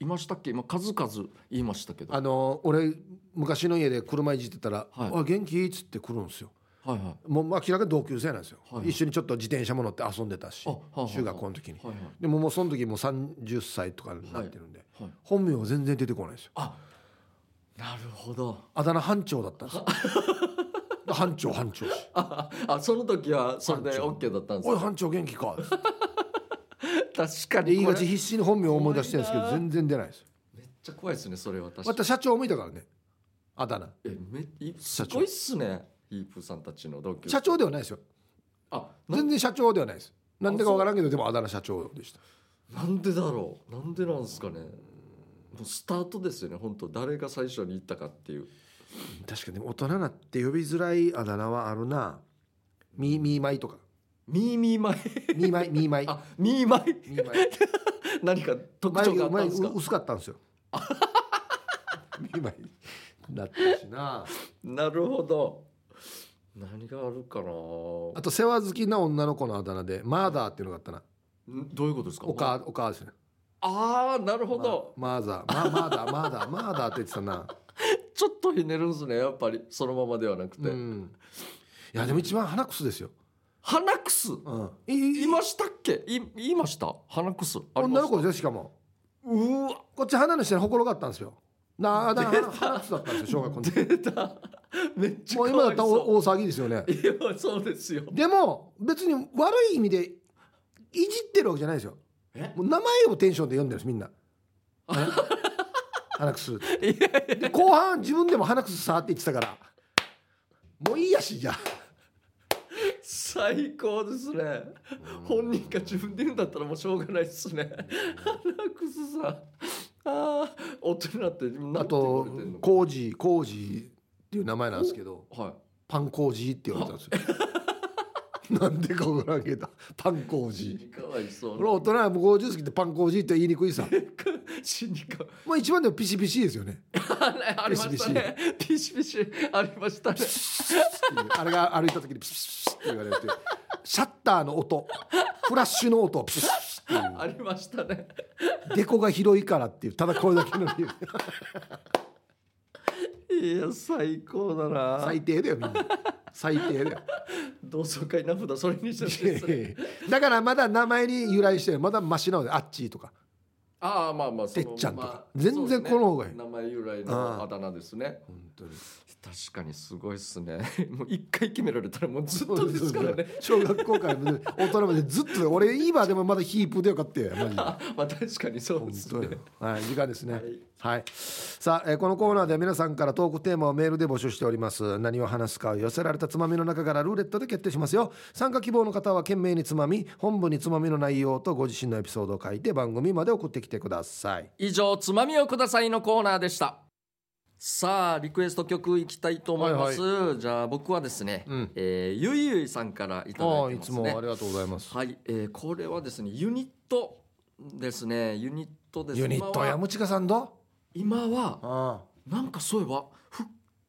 Speaker 1: いましたっけ今数々言いましたけどは
Speaker 2: あの俺昔の家で車いじってたら「
Speaker 1: はい
Speaker 2: あ元気?」っつって来るんですよ
Speaker 1: いはいは
Speaker 2: もう明らかに同級生なんですよ、
Speaker 1: はい
Speaker 2: 一緒にちょっと自転車も乗って遊んでたし
Speaker 1: あはあはあ
Speaker 2: 中学校の時に
Speaker 1: いはい
Speaker 2: でももうその時もう30歳とかになってるんで、
Speaker 1: はい
Speaker 2: 本名は全然出てこないんですよ
Speaker 1: あなるほど
Speaker 2: あだ名班長だった んですよ班長班長
Speaker 1: ああその時はそれで OK だったんです
Speaker 2: おい班長元気か
Speaker 1: 確か
Speaker 2: で
Speaker 1: に
Speaker 2: 言い
Speaker 1: こ
Speaker 2: が
Speaker 1: れ
Speaker 2: ち
Speaker 1: めっ
Speaker 2: 必死に本名を思い出してるんですけど
Speaker 1: 怖いな
Speaker 2: 全然出ないですよ
Speaker 1: ちゃ怖いですねそれは確か
Speaker 2: ま
Speaker 1: に
Speaker 2: た社長もいたからねあだ名
Speaker 1: えめいす
Speaker 2: 社長
Speaker 1: ごいっすねヒープーさんたちの同級
Speaker 2: 社長ではないですよ
Speaker 1: あな
Speaker 2: 全然社長ではないですなんでかわからんけどでもあだ名社長でした
Speaker 1: なんでだろうなんでなんですかねもうスタートですよね本当誰が最初に言ったかっていう
Speaker 2: 確かに大人なって呼びづらいあだ名はあるなミーミーマイとか
Speaker 1: ミーミーマイ
Speaker 2: ミーマイミーマイ
Speaker 1: あミーマイ
Speaker 2: ミー マイ
Speaker 1: 何か特徴があった
Speaker 2: 眉毛
Speaker 1: ん
Speaker 2: 前
Speaker 1: ですか
Speaker 2: う薄かったんです よミーマイだったしな
Speaker 1: なるほど何があるかな
Speaker 2: あと世話好きな女の子のあだ名でマーダーっていうのがあったなん
Speaker 1: どういうことですか
Speaker 2: おかおかですね
Speaker 1: ああなるほど、
Speaker 2: マーザーママーダーマーダーマーダーって言ってたな
Speaker 1: ちょっとひねるんですねやっぱりそのままではなくて、
Speaker 2: うん、いやでも一番鼻くそですよ、
Speaker 1: 鼻くす
Speaker 2: うん、
Speaker 1: いましたっけい言いました鼻くすありま
Speaker 2: 女の
Speaker 1: した
Speaker 2: 子ですよしかも
Speaker 1: うわ
Speaker 2: こっち鼻の下にほころがあったんですよなあだから鼻鼻くそだったんですよ小学校の時
Speaker 1: 出た めっちゃ
Speaker 2: も
Speaker 1: か
Speaker 2: う今だ
Speaker 1: わ
Speaker 2: っ
Speaker 1: い
Speaker 2: た
Speaker 1: そ
Speaker 2: ら大大騒ぎですよね
Speaker 1: ういやそうですよ
Speaker 2: でも別に悪い意味でいじってるわけじゃないですよ
Speaker 1: え
Speaker 2: もう名前をテンションで読んでるんですみんな鼻鼻くそ
Speaker 1: いやいや
Speaker 2: で後半自分でも鼻くそさーって言ってたからもういいやしじゃあ
Speaker 1: 最高ですね本人が自分で言うんだったらもうしょうがないですね鼻くすさあー大人になってなんて
Speaker 2: あと
Speaker 1: 言われてんの
Speaker 2: コージーコージーっていう名前なんですけど
Speaker 1: はい
Speaker 2: パン工事って言われたんですよ。 なんでか分からんけどパン工事。
Speaker 1: かわいそう
Speaker 2: これ大人はもう50過ぎてパン工事って言いにくいさ。
Speaker 1: 死にか
Speaker 2: まあ一番でもピシピシですよね。
Speaker 1: あありましたねピシピシありましたね
Speaker 2: あれが歩いた時にピシピシって言われて、シャッターの音、フラッシュの音、ピシピシっていう。
Speaker 1: ありましたね
Speaker 2: デコが広いからっていうただこれだけの理由。
Speaker 1: いや最高だな
Speaker 2: 最低だよみんな。最低だよ。
Speaker 1: 同窓会名 札それにしたんですね
Speaker 2: だからまだ名前に由来してるまだマシなのであっちーとか。
Speaker 1: ああまあまあその
Speaker 2: てっちゃんとか
Speaker 1: まあ
Speaker 2: 全然
Speaker 1: そうですね
Speaker 2: この方がいい
Speaker 1: 名前由来
Speaker 2: あ
Speaker 1: の
Speaker 2: あ
Speaker 1: あだ名ですね
Speaker 2: 本当に。
Speaker 1: 確確かにすごいっすね もう一回決められたらもうずっとですからね
Speaker 2: 小学校から大人までずっと俺今でもまだヒープでよかったよマジで
Speaker 1: あまあ確かにそう
Speaker 2: 本
Speaker 1: です
Speaker 2: 当
Speaker 1: ね
Speaker 2: よはい、時間ですね。は
Speaker 1: はいい、
Speaker 2: さあ、えーこのコーナーでは皆さんからトークテーマをメールで募集しております。何を話すかを寄せられたつまみの中からルーレットで決定しますよ。参加希望の方は懸命につまみ、本部につまみの内容とご自身のエピソードを書いて番組まで送ってきてください。
Speaker 1: 以上「つまみをください」のコーナーでしたさあリクエスト曲いきたいと思います、じゃあ僕はですね、
Speaker 2: うん
Speaker 1: えーゆいゆいさんからいただいてますね
Speaker 2: りがとうございます。
Speaker 1: はい、えーこれはですねユニットですねユニットです
Speaker 2: ユニットやむちかさんど
Speaker 1: 今は
Speaker 2: う？あ
Speaker 1: なんかそういえばふ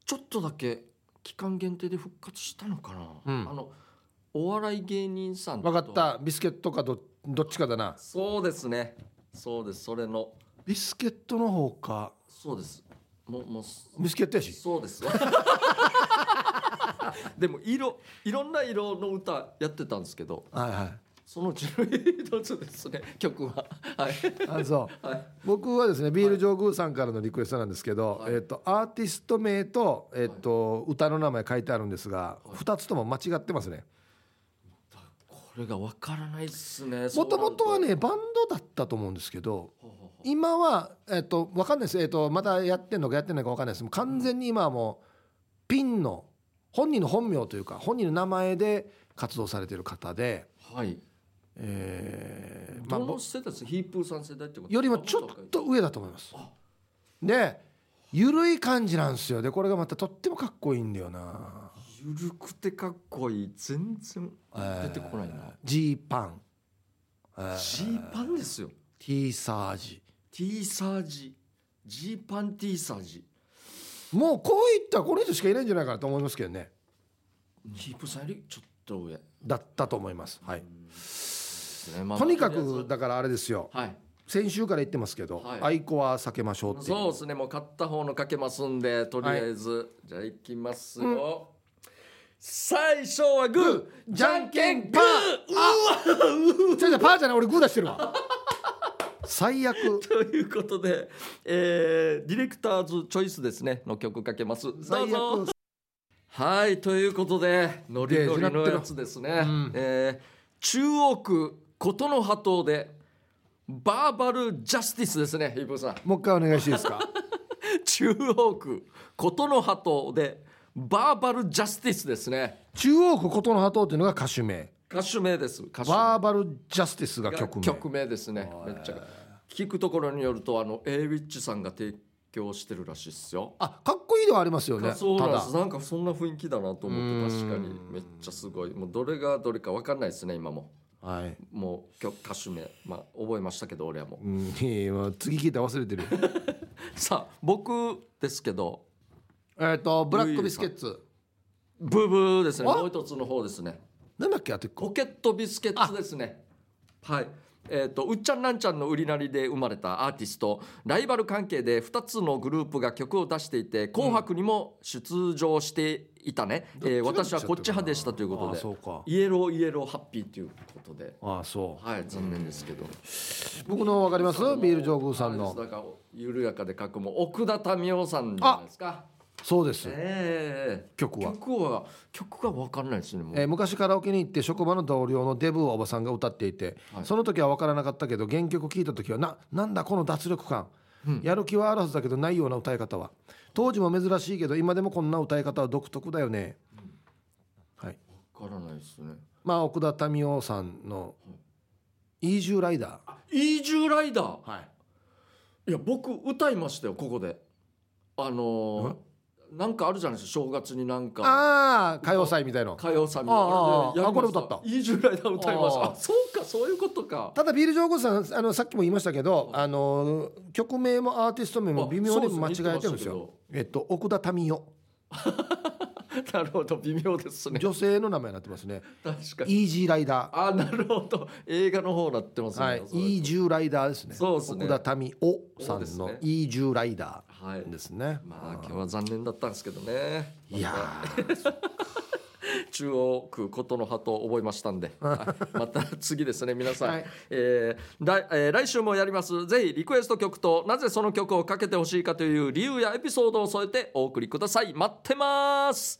Speaker 1: ちょっとだけ期間限定で復活したのかな、
Speaker 2: うん
Speaker 1: あのお笑い芸人さん
Speaker 2: あ、
Speaker 1: と
Speaker 2: わかった。ビスケットかどどっちかだな。
Speaker 1: そうですねそうですそれの
Speaker 2: ビスケットの方か。
Speaker 1: そうですもうもうす
Speaker 2: ビスケットやし。
Speaker 1: そうです でも色いろんな色の歌やってたんですけど
Speaker 2: はいはい。
Speaker 1: そのうちの一つですね曲ははい
Speaker 2: あ、そ う。
Speaker 1: はい
Speaker 2: 僕はですねビール上宮さんからのリクエストなんですけど、
Speaker 1: はい
Speaker 2: えっとアーティスト名と,、えっと歌の名前書いてあるんですが、2つとも間違ってますね
Speaker 1: これがわからないっすね
Speaker 2: もともとは
Speaker 1: そうなる
Speaker 2: ねバンドだったと思うんですけど
Speaker 1: ほうほうほう
Speaker 2: 今は、えっとわかんないです、えっとまだやってんのかやってないかわかんないですもう完全に今はもうピンの本人の本名というか本人の名前で活動されてる方で、
Speaker 1: はい
Speaker 2: えーま
Speaker 1: ど
Speaker 2: あ
Speaker 1: の世代ですヒープーさん世代ってこと
Speaker 2: よりもちょっと上だと思います
Speaker 1: あ
Speaker 2: でゆるい感じなんですよでこれがまたとってもかっこいいんだよな
Speaker 1: ゆるくてかっこいい全然出てこないな
Speaker 2: ジーパンえ
Speaker 1: ジ
Speaker 2: ー
Speaker 1: ーパンですよ
Speaker 2: T サージ
Speaker 1: T サージジーパン T サージ
Speaker 2: もうこういったらこの人しかいないんじゃないかなと思いますけどね
Speaker 1: ヒープーさんよりちょっと上
Speaker 2: だったと思います、はい、
Speaker 1: ですねまあ
Speaker 2: とにか
Speaker 1: りあえ
Speaker 2: く
Speaker 1: ず
Speaker 2: だからあれですよ
Speaker 1: はい
Speaker 2: 先週から言ってますけど、
Speaker 1: はい
Speaker 2: 愛子は避けましょうっていう
Speaker 1: そうですねもう買った方のかけますんでとりあえず、じゃあいきますよ、最初はグーじゃんけんパー
Speaker 2: 先生パーじゃない俺グー出してるわ最悪
Speaker 1: ということで、えーディレクターズチョイスですねの曲かけます。どう
Speaker 2: 最
Speaker 1: ぞ
Speaker 2: 悪
Speaker 1: はいということでノリノリのやつですね、
Speaker 2: ん
Speaker 1: えー中央区琴の葉島でバーバルジャスティスですねヒープーさん
Speaker 2: もう一回お願いしていいですか
Speaker 1: 中央区琴の葉島でバーバルジャスティスですね
Speaker 2: 中央区琴の葉島っていうのが歌手名
Speaker 1: 歌手名です歌手名
Speaker 2: バーバルジャスティスが曲
Speaker 1: 曲
Speaker 2: 名
Speaker 1: 名ですねめっちゃ聞くところによるとあの A ウィッチさんが提供してるらしいっすよ
Speaker 2: あかっこいいではありますよね
Speaker 1: そう
Speaker 2: た
Speaker 1: なんで
Speaker 2: だ
Speaker 1: すなんかそんな雰囲気だなと思って
Speaker 2: うん
Speaker 1: 確かにめっちゃすごいもうどれがどれか分かんないですね今も
Speaker 2: はい
Speaker 1: もう曲歌手名、まあ、覚えましたけど俺はもう
Speaker 2: うん、いやいやもう次聞いたら忘れてる
Speaker 1: さあ僕ですけど
Speaker 2: えっとブラックビスケッツ
Speaker 1: ブーブーですね
Speaker 2: あ
Speaker 1: もう一つの方ですね
Speaker 2: なんだっけあと一
Speaker 1: ポ
Speaker 2: 個
Speaker 1: ケットビスケッツですねはいえー、とうっちゃんなんちゃんの売りなりで生まれたアーティストライバル関係で2つのグループが曲を出していて「紅白」にも出場していたね、えー私はこっち派でしたということ
Speaker 2: あ
Speaker 1: で
Speaker 2: そうか
Speaker 1: イエローイエローハッピーということで
Speaker 2: あそう
Speaker 1: はい残念ですけど
Speaker 2: 僕のわかりますビール上宮さん
Speaker 1: あれ
Speaker 2: の
Speaker 1: ですだから緩やかで書くも奥田民生さんじゃないですか
Speaker 2: そうです
Speaker 1: ええ
Speaker 2: 曲は
Speaker 1: 曲は曲が分かんないですねもう、
Speaker 2: えー昔カラオケに行って職場の同僚のデブをおばさんが歌っていて、
Speaker 1: はい
Speaker 2: その時は分からなかったけど原曲聴いた時はななんだこの脱力感、やる気はあるはずだけどないような歌い方は当時も珍しいけど今でもこんな歌い方は独特だよね、はい
Speaker 1: 分からないですね
Speaker 2: まあ奥田民生さんの「イージューライダー
Speaker 1: イージューライダー」
Speaker 2: はい
Speaker 1: いや僕歌いましたよここであのー、なんかあるじゃないですか正月になんか
Speaker 2: ああ歌謡祭みたいな
Speaker 1: 歌謡祭み
Speaker 2: ああ
Speaker 1: たいな
Speaker 2: あこれ歌った
Speaker 1: イージューライダー歌いました
Speaker 2: あ
Speaker 1: あそうかそういうことか
Speaker 2: ただビール・ジョーゴさんあのさっきも言いましたけどあの曲名もアーティスト名も微妙に間違えてるんです
Speaker 1: あそうですね言ってましたけ
Speaker 2: よ
Speaker 1: ど
Speaker 2: えっと奥田民生
Speaker 1: なるほど微妙ですね
Speaker 2: 女性の名前になってますね
Speaker 1: 確かに
Speaker 2: イージーライダ
Speaker 1: あなるほど映画の方なってます
Speaker 2: ー
Speaker 1: ね、
Speaker 2: はい
Speaker 1: それ
Speaker 2: イージューライダーですね
Speaker 1: そうですね
Speaker 2: 奥田民生さ
Speaker 1: そうで
Speaker 2: ん
Speaker 1: す
Speaker 2: の
Speaker 1: ね
Speaker 2: イージューライダ
Speaker 1: はい
Speaker 2: ーですね
Speaker 1: まあ今日は残念だったんですけどね
Speaker 2: いやー
Speaker 1: 中央区ことの葉と覚えましたん ではいまた次ですね皆さん、
Speaker 2: はい
Speaker 1: えーだえー来週もやりますぜひリクエスト曲となぜその曲をかけてほしいかという理由やエピソードを添えてお送りください待ってます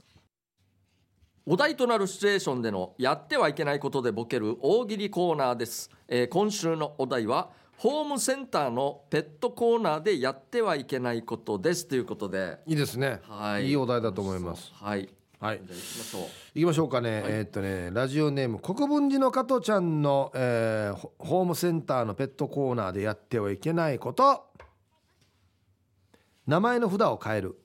Speaker 1: お題となるシチュエーションでのやってはいけないことでボケる大喜利コーナーです、えー今週のお題はホームセンターのペットコーナーでやってはいけないことですということで
Speaker 2: いいですね、
Speaker 1: はい
Speaker 2: いいお題だと思います
Speaker 1: はい
Speaker 2: はい
Speaker 1: じゃあ行きましょう
Speaker 2: 行きましょうかね、えーっとねラジオネーム国分寺の加藤ちゃんの、えーホホームセンターのペットコーナーでやってはいけないこと名前の札を変える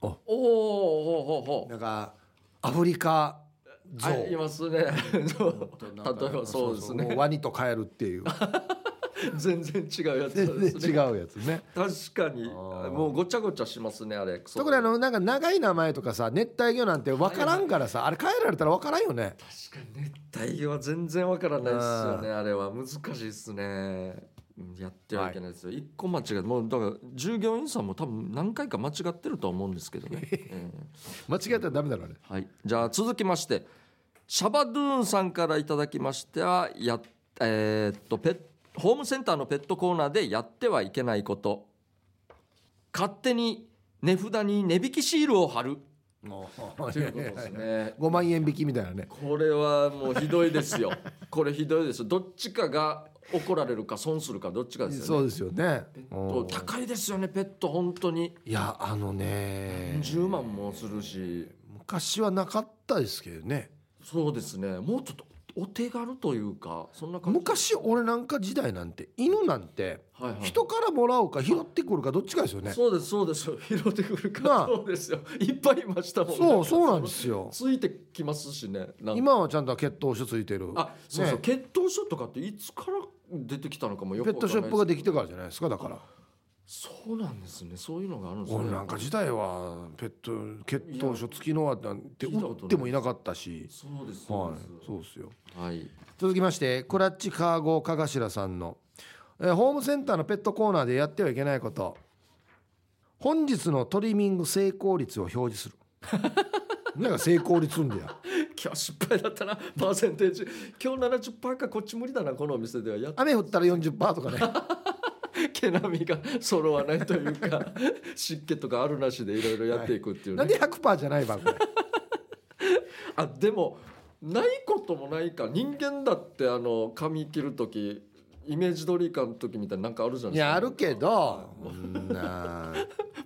Speaker 1: おーおーおーおー
Speaker 2: なんかアフリカゾ
Speaker 1: はいい
Speaker 2: ウ
Speaker 1: ますねそう
Speaker 2: なんか
Speaker 1: 例えばそうですね
Speaker 2: もワニと変えるっていう
Speaker 1: 全然違うやつ
Speaker 2: 全
Speaker 1: です
Speaker 2: 然違
Speaker 1: ね
Speaker 2: うやつね
Speaker 1: 確かに
Speaker 2: あー
Speaker 1: もうごちゃごちゃしますねあれ
Speaker 2: 特にあのなんか長い名前とかさ熱帯魚なんて分からんからさあれ変えられたら分からんよね
Speaker 1: 確かに熱帯魚は全然わからないですよね
Speaker 2: う
Speaker 1: あれは難しいですねうんやってはいけないですよ、一個間違えもうだから従業員さんも多分何回か間違ってるとは思うんですけど ね、ええ
Speaker 2: 間違えたらダメだろあれ
Speaker 1: はい、じゃあ続きましてシャバドゥーンさんからいただきましてはや、えーっとペッホームセンターのペットコーナーでやってはいけないこと勝手に値札に値引きシールを貼るということです ね。
Speaker 2: 5万円引きみたいなね
Speaker 1: これはもうひどいですよ。これひどいですよ。どっちかが怒られるか損するかどっちかです
Speaker 2: そ
Speaker 1: よ
Speaker 2: う
Speaker 1: ね。
Speaker 2: ですよねうん
Speaker 1: 高いですよねペット本当に
Speaker 2: いやあのね
Speaker 1: 10万もするし
Speaker 2: 昔はなかったですけどね
Speaker 1: そうですねもうちょっとお手軽というかそんな感じ
Speaker 2: 昔俺なんか時代なんて犬なんて
Speaker 1: はいはい
Speaker 2: 人からもらうか拾ってくるかどっちかですよね
Speaker 1: そうですそうです拾ってくるか
Speaker 2: なあ
Speaker 1: らそうですよいっぱいいましたもんね
Speaker 2: そうそうなんですよ
Speaker 1: ついてきますしねなんか
Speaker 2: 今はちゃんと血統書ついてる
Speaker 1: あそうそう、
Speaker 2: ね
Speaker 1: 血統書とかっていつから出てきたのかもよくわ
Speaker 2: ペ
Speaker 1: か
Speaker 2: ット
Speaker 1: ん
Speaker 2: シ
Speaker 1: な
Speaker 2: ョ
Speaker 1: い
Speaker 2: ップができてからじゃないですかだから
Speaker 1: そうなんですねそういうのがあるんですね
Speaker 2: 俺なんか時代はペット血統書付きのはなんて
Speaker 1: 聞いたことない
Speaker 2: 売ってもいなかったし
Speaker 1: そうですそう
Speaker 2: は
Speaker 1: です
Speaker 2: いそうですよ
Speaker 1: はい
Speaker 2: 続きましてクラッチカーゴかがしらさんの、えーホームセンターのペットコーナーでやってはいけないこと本日のトリミング成功率を表示する なんか成功率んだよ
Speaker 1: 今日失敗だったなパーセンテージ今日70%かこっち無理だなこのお店ではやっ
Speaker 2: 雨降ったら40%とかね
Speaker 1: 毛並みが揃わないという か湿気とかあるなしでいろいろやっていくっていうね、
Speaker 2: なんで100%じゃない番 組
Speaker 1: あでもないこともないか人間だってあの髪切る時イメージ通り感の時みたいななんかあるじゃない
Speaker 2: い
Speaker 1: ですか
Speaker 2: やあるけどそんな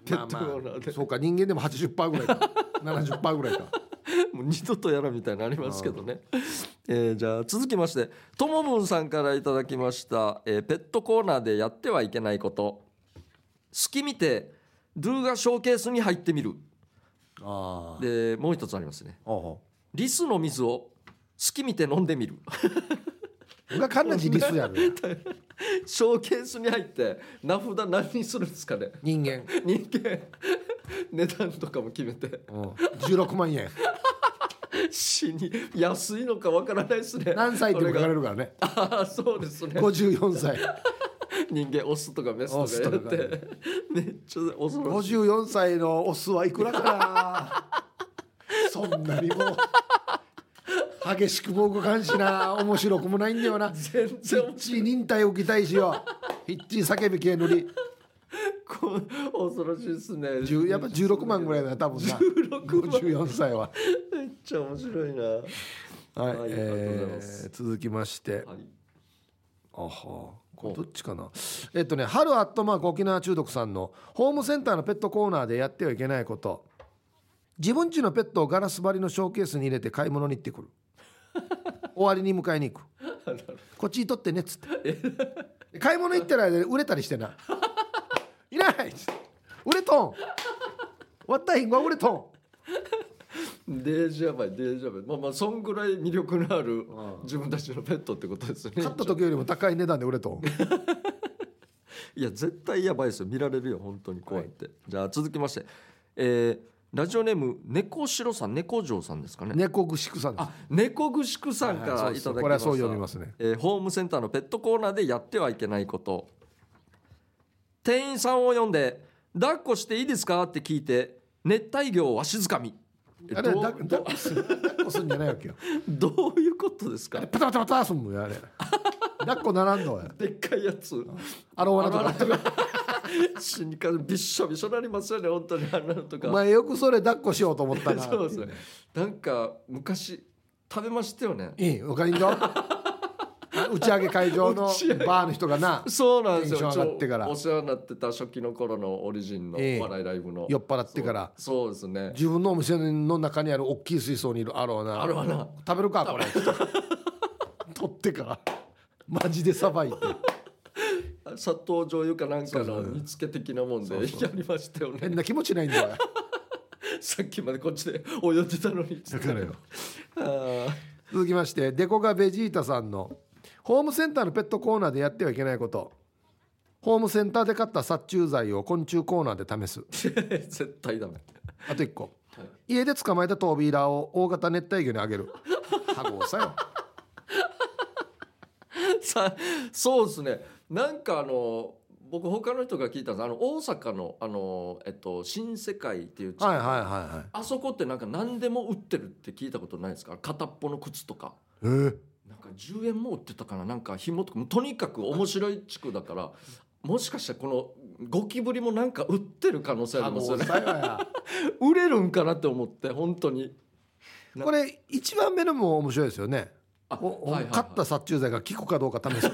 Speaker 1: ペットコーナーで
Speaker 2: そうか人間でも80%ぐらい か70%ぐらいか
Speaker 1: もう二度とやらみたいになのありますけどね、えーじゃあ続きましてともぶんさんからいただきました、えーペットコーナーでやってはいけないこと隙見てドゥーがショーケースに入ってみる
Speaker 2: ああ
Speaker 1: でもう一つありますねリスの水を隙見て飲んでみる
Speaker 2: 俺がカンナジリスやる
Speaker 1: ショーケースに入って名札何にするんですかね
Speaker 2: 人間、
Speaker 1: 人間値段とかも決めて
Speaker 2: うん、16万円
Speaker 1: 死に安いのかわからないですね
Speaker 2: 何歳っても
Speaker 1: こ
Speaker 2: 書か
Speaker 1: が
Speaker 2: れる からね
Speaker 1: ああそうですね
Speaker 2: 54歳
Speaker 1: 人間オスとかメスとかやっ
Speaker 2: オスと
Speaker 1: てめっちゃ恐ろしい
Speaker 2: 54歳のオスはいくらかな そんなにもう激しくも動かんしな面白くもないんだよなヒ
Speaker 1: 全然
Speaker 2: ッチー忍耐を期待しようヒッチー叫び系塗り
Speaker 1: こ恐ろしいですね
Speaker 2: 10やっぱ16万ぐらいだな多分な
Speaker 1: 16万
Speaker 2: 54歳は
Speaker 1: めっちゃ面白いな
Speaker 2: はい、
Speaker 1: はいありがとうございま
Speaker 2: え
Speaker 1: す
Speaker 2: ー続きまして
Speaker 1: はい
Speaker 2: あはこれどっちかなえっとね春アットマーク沖縄中毒さんのホームセンターのペットコーナーでやってはいけないこと自分家のペットをガラス張りのショーケースに入れて買い物に行っ てくる終わりに迎えに行くこっちに取ってねっ つって買い物行ってる間で売れたりしてないないっつって売れとん割ったひんごは売れとん
Speaker 1: デージャバイデージャバイまあまあそんぐらい魅力のある自分たちのペットってことですね
Speaker 2: 買った時よりも高い値段で売れと ん
Speaker 1: いや絶対やばいですよ見られるよ本当に怖いって、じゃあ続きましてえーラジオネーム猫城さん猫城さんですかね
Speaker 2: 猫串くさんです
Speaker 1: あ猫串くさんからいただきました、
Speaker 2: はいこれはそう読みますね
Speaker 1: えーホームセンターのペットコーナーでやってはいけないこと店員さんを呼んで「抱っこしていいですか?」って聞いて熱帯魚をわしづかみえ
Speaker 2: あれ
Speaker 1: どう
Speaker 2: だだっこす抱っこすんじゃないわけよ
Speaker 1: どういうことです
Speaker 2: あ
Speaker 1: か
Speaker 2: れパタパタパタすんもん よあれ抱っこならんのよ
Speaker 1: でっかいやつ
Speaker 2: あのわ
Speaker 1: あの
Speaker 2: な
Speaker 1: あ
Speaker 2: とか
Speaker 1: の死にかびっしょびしょなりますよね本当にあんなのと
Speaker 2: お
Speaker 1: か
Speaker 2: 前よく それ抱っこしようと思ったな
Speaker 1: そうですねなんか昔食べましたよね
Speaker 2: いいわかりんぞ打ち上げ会場 の
Speaker 1: 打ち上げ
Speaker 2: バーの人がな
Speaker 1: そうなんですよ
Speaker 2: テンション上がってから
Speaker 1: お世話になってた初期の頃のオリジンの
Speaker 2: ええ
Speaker 1: 笑いライブの
Speaker 2: 酔っ払ってから
Speaker 1: そうそうですね
Speaker 2: 自分のお店の中にある大きい水槽にいるアローな
Speaker 1: あるわな
Speaker 2: 食べるかこれ取ってからマジでさばいて
Speaker 1: 砂糖醤油かなんか
Speaker 2: そ
Speaker 1: の
Speaker 2: うそう
Speaker 1: 煮付け的なもんで
Speaker 2: そうそう
Speaker 1: やりましたよね
Speaker 2: 変な気持ちないんだよ
Speaker 1: さっきまでこっちで泳いでたのに
Speaker 2: だからよ
Speaker 1: あー
Speaker 2: 続きましてデコがベジータさんのホームセンターのペットコーナーでやってはいけないことホームセンターで買った殺虫剤を昆虫コーナーで試す
Speaker 1: 絶対ダメ
Speaker 2: あと1個、家で捕まえたトービーラーを大型熱帯魚にあげるハゴさよ
Speaker 1: さそうですねなんかあの僕他の人が聞いたんですあの大阪のあの、えっと、新世界っていう地区、
Speaker 2: はいはいは
Speaker 1: あそこってなんか何でも売ってるって聞いたことないですか片っぽの靴とか
Speaker 2: いはいえー
Speaker 1: なんか10円も売ってたかななんか紐とかもうとにかく面白い地区だからもしかしたらこのゴキブリもなんか売ってる可能性ありますよね
Speaker 2: ハゴさよや
Speaker 1: 売れるんかなって思って本当にな
Speaker 2: これ一番目のも面白いですよね。
Speaker 1: あ
Speaker 2: お
Speaker 1: は
Speaker 2: お
Speaker 1: いはいはい
Speaker 2: 買った殺虫剤が効くかどうか試す。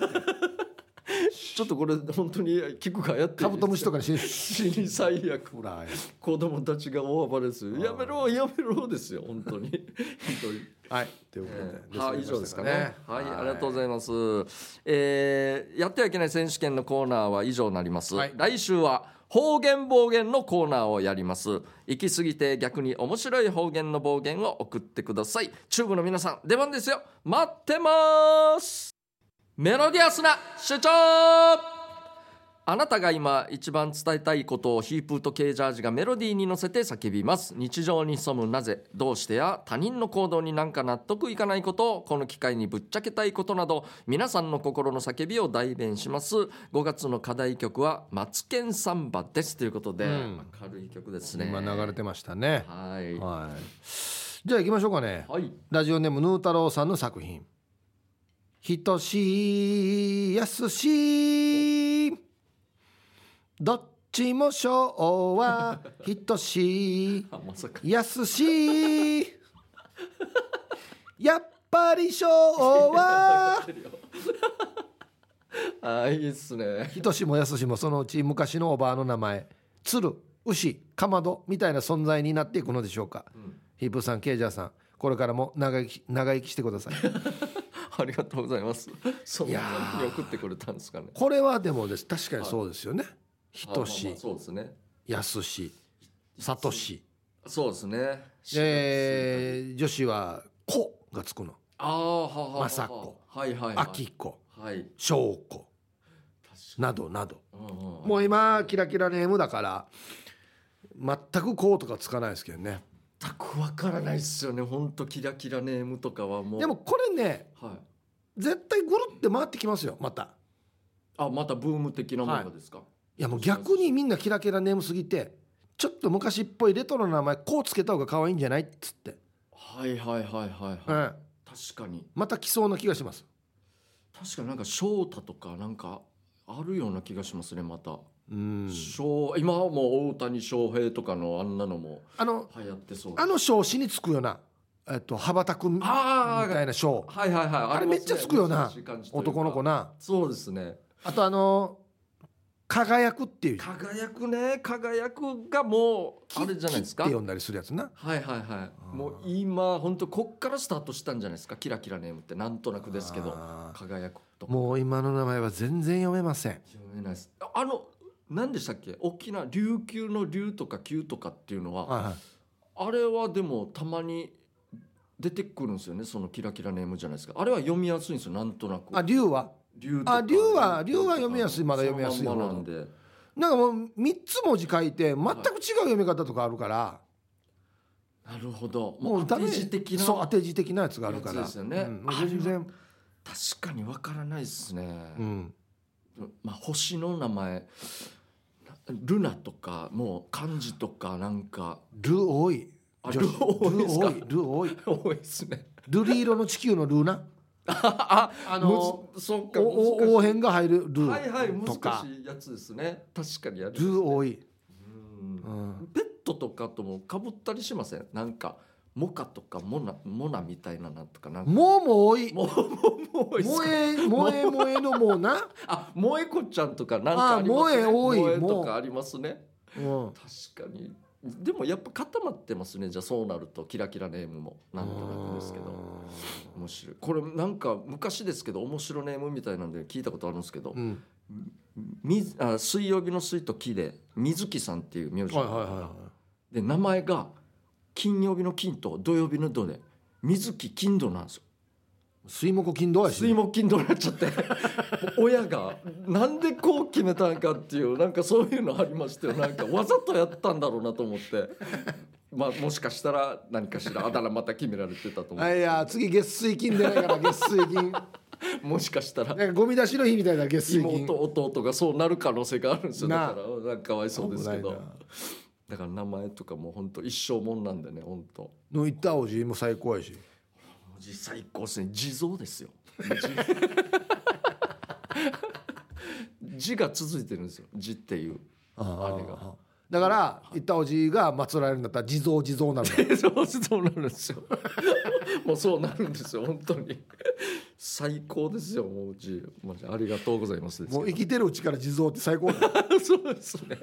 Speaker 1: ちょっとこれ本当に聞くかやってい
Speaker 2: カ
Speaker 1: い
Speaker 2: ブト ムシとかにし。
Speaker 1: 死に最悪
Speaker 2: ほら
Speaker 1: 子供たちが大暴れでする
Speaker 2: あー
Speaker 1: やめろやめろですよ本当 に本当に
Speaker 2: はいということで、
Speaker 1: えーはい以上ですかねはい、ありがとうご
Speaker 2: い
Speaker 1: ざいます、えーやってはいけない選手権のコーナーは以上になります、
Speaker 2: はい
Speaker 1: 来週は方言暴言のコーナーをやります行き過ぎて逆に面白い方言の暴言を送ってください中部の皆さん出番ですよ待ってますメロディアスな主張あなたが今一番伝えたいことをヒープーとケージャージがメロディーに乗せて叫びます日常に潜むなぜどうしてや他人の行動になんか納得いかないことをこの機会にぶっちゃけたいことなど皆さんの心の叫びを代弁します5月の課題曲は「マツケンサンバ」ですということで、
Speaker 2: うん
Speaker 1: 明るい曲ですね
Speaker 2: 今流れてましたね。
Speaker 1: はいは
Speaker 2: はい。じゃあ行きましょうかね。
Speaker 1: い
Speaker 2: ラジオネームヌー太郎さんの作品。等しいやすしいどっちも昭和等しい
Speaker 1: あまさか
Speaker 2: やすしいやっぱり昭和
Speaker 1: あいいっすね
Speaker 2: ひとしもやすしもそのうち昔のおばあの名前鶴牛かまどみたいな存在になっていくのでしょうか、ヒップさんケイジャーさんこれからも長生き長生きしてください
Speaker 1: ありがとうございますそん
Speaker 2: い
Speaker 1: な
Speaker 2: やー
Speaker 1: に送ってくれたんですかね
Speaker 2: これはでもです確かにそうですよね
Speaker 1: あ
Speaker 2: 等し
Speaker 1: まあ
Speaker 2: い
Speaker 1: まあそうですね
Speaker 2: やすしさとし
Speaker 1: そうですね。
Speaker 2: えー女子は「子」がつくの
Speaker 1: ああ、はあはあはあ。
Speaker 2: 雅子
Speaker 1: はいは
Speaker 2: 「
Speaker 1: い、
Speaker 2: あ
Speaker 1: はい。
Speaker 2: きこ
Speaker 1: はい。」
Speaker 2: 「しょうこ
Speaker 1: 確」か
Speaker 2: などなど
Speaker 1: に。うんうん
Speaker 2: もう今キラキラネームだから全くこうとかつかないですけどね
Speaker 1: 全くわからないっすよね。本当キラキラネームとかはもう。
Speaker 2: でも。これね
Speaker 1: はい。
Speaker 2: 絶対ぐるって回ってきますよまた
Speaker 1: あ、またブーム的なものがですか。
Speaker 2: いやもう逆にみんなキラキラネームすぎてちょっと昔っぽいレトロな名前こうつけた方が可愛いんじゃないっつって、
Speaker 1: はい、はいはいはいは
Speaker 2: う
Speaker 1: い。
Speaker 2: ん、
Speaker 1: 確かに。
Speaker 2: また来そうな気がします
Speaker 1: 確かになんか翔太とかなんか。あるような気がしますね。また。
Speaker 2: うん
Speaker 1: 翔、今はもう大谷翔平とかのあんなのも。
Speaker 2: あの
Speaker 1: 流行ってそう。
Speaker 2: あの賞詞につくような、えっと、羽ばたくみ
Speaker 1: あー
Speaker 2: たいな賞
Speaker 1: はいはいはい。
Speaker 2: あれめっちゃつくよな男の子
Speaker 1: な。
Speaker 2: な
Speaker 1: そうですね。
Speaker 2: あとあの「輝く」っていう「
Speaker 1: 輝くね輝くがもうあれじゃないですか
Speaker 2: きって
Speaker 1: はい
Speaker 2: 呼んだりするやつな
Speaker 1: はいはいもう今本当こっからスタートしたんじゃないですかキラキラネームってなんとなくですけど
Speaker 2: あー
Speaker 1: 輝くと
Speaker 2: もう今の名前は全然読めません
Speaker 1: 読めないですああの何でしたっけ沖縄琉球の琉とか球とかっていうのは
Speaker 2: はいはい
Speaker 1: あれはでもたまに出てくるんですよねそのキラキラネームじゃないですかあれは読みやすいんですよなんとなく
Speaker 2: あ竜は
Speaker 1: 竜と
Speaker 2: あ竜は
Speaker 1: 琉球と
Speaker 2: 竜
Speaker 1: か
Speaker 2: は読みやすいまだ読みやすい
Speaker 1: そのまんまなんで
Speaker 2: なんかもう3つ文字書いて全く違う読み方とかあるから、
Speaker 1: なるほど
Speaker 2: もう
Speaker 1: 当て
Speaker 2: ダメ
Speaker 1: 字的な
Speaker 2: そう当て字的なやつがあるから
Speaker 1: やつですよね
Speaker 2: うんもう全然、
Speaker 1: 確かにわからないですね、
Speaker 2: うん、
Speaker 1: まあ、星の名前ルナとかもう漢字とかなんか
Speaker 2: ル多い
Speaker 1: あ
Speaker 2: 女
Speaker 1: ル
Speaker 2: 子
Speaker 1: ー多いですか
Speaker 2: ルールー多い
Speaker 1: 多いですね
Speaker 2: ルリ色の地球のルーな
Speaker 1: ああ
Speaker 2: あ
Speaker 1: の
Speaker 2: の
Speaker 1: むずそっか
Speaker 2: おお応変が入るル
Speaker 1: 難しいはいはい
Speaker 2: ーとか、
Speaker 1: 難しいやつですね確かにやる
Speaker 2: ルー多い、
Speaker 1: うん
Speaker 2: うん、
Speaker 1: ベッドとかともかぶったりしませんなんかモカとかモナモナみたいななんとかなんか
Speaker 2: もうも多い
Speaker 1: もうもうもう多いっす
Speaker 2: 萌
Speaker 1: か
Speaker 2: え萌え萌えのもうな、
Speaker 1: あ萌え子ちゃんとかなんかありますね
Speaker 2: あ萌え多い
Speaker 1: 萌え
Speaker 2: も
Speaker 1: と
Speaker 2: う
Speaker 1: かありますね
Speaker 2: うん、
Speaker 1: 確かにでもやっぱ固まってますねじゃあそうなるとキラキラネームもなんとなくですけど面白いこれなんか昔ですけど面白ネームみたいなんで聞いたことあるんですけど
Speaker 2: う、ん
Speaker 1: みあ水曜日の水と木で水木さんっていう名字、
Speaker 2: はいはいはいは
Speaker 1: で名前が金曜日の金と土曜日の土で水木金土なんですよ
Speaker 2: い水木金土やし
Speaker 1: 水木金土になっちゃって 親がなんでこう決めたんかっていうなんかそういうのありましたよなんかわざとやったんだろうなと思ってまあもしかしたら何かしらあだ名また決められてたと思
Speaker 2: あ
Speaker 1: う
Speaker 2: いや次月水金出ないから月水金な
Speaker 1: もしかしたら
Speaker 2: んかゴミ出しの日みたいな月水金
Speaker 1: 妹弟がそうなる可能性があるんですよだ
Speaker 2: なあ
Speaker 1: からなんかかわいそうですけ
Speaker 2: 危
Speaker 1: ど
Speaker 2: ないな
Speaker 1: だから名前とかも本当一生もんなんでね本当
Speaker 2: の行ったおじも最高やし
Speaker 1: おじ最高ですね地蔵ですよ 字が続いてるんですよ字っていう
Speaker 2: あ
Speaker 1: あれが
Speaker 2: だから行ったおじが祀られるんだったら地蔵地 蔵なの
Speaker 1: そうそうなるんですよ もうそうなるんですよ本当に最高ですよもう字マジありがとうございますですけ
Speaker 2: も
Speaker 1: ど
Speaker 2: う生きてるうちから地蔵って最 高だ
Speaker 1: そうですね。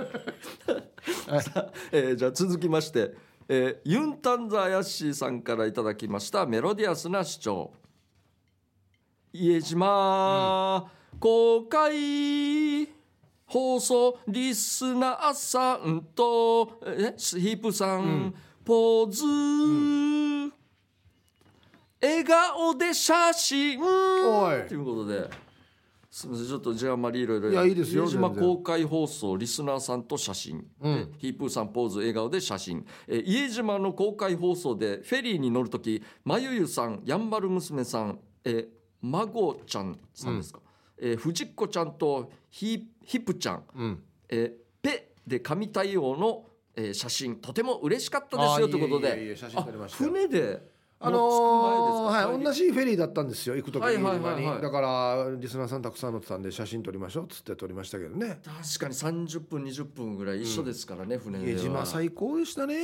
Speaker 1: さあ、えーじゃあ続きまして、えーユンタンザーヤッシーさんからいただきましたメロディアスな主張。家島、公開放送リスナーさんとえスヒップさん、ポーズ、笑顔で写真
Speaker 2: おい
Speaker 1: ということで。すみませんちょっとじゃああまりいろいろ
Speaker 2: いやいいですよ
Speaker 1: 家島
Speaker 2: 全然
Speaker 1: 公開放送リスナーさんと写真、
Speaker 2: うん
Speaker 1: ヒープーさんポーズ笑顔で写真えー家島の公開放送でフェリーに乗る時まゆゆさんやんばる娘さんえー孫ちゃんさんですか、えー藤子ちゃんとひひぷちゃん、
Speaker 2: うん
Speaker 1: えーペで神対応の、えー写真とても嬉しかったですよ
Speaker 2: あー
Speaker 1: ということ
Speaker 2: いえいえい
Speaker 1: で
Speaker 2: え写真撮りましたよ
Speaker 1: 船で
Speaker 2: あのーはい、同
Speaker 1: じ
Speaker 2: じフェリーだったんですよ行く時
Speaker 1: は
Speaker 2: に
Speaker 1: い
Speaker 2: 飯
Speaker 1: はいは
Speaker 2: 島
Speaker 1: いはい
Speaker 2: にだからリスナーさんたくさん乗ってたんで写真撮りましょうっつって撮りましたけどね
Speaker 1: 確かに30分20分ぐらい一緒ですからね、船で
Speaker 2: 家
Speaker 1: は
Speaker 2: 島最高でしたね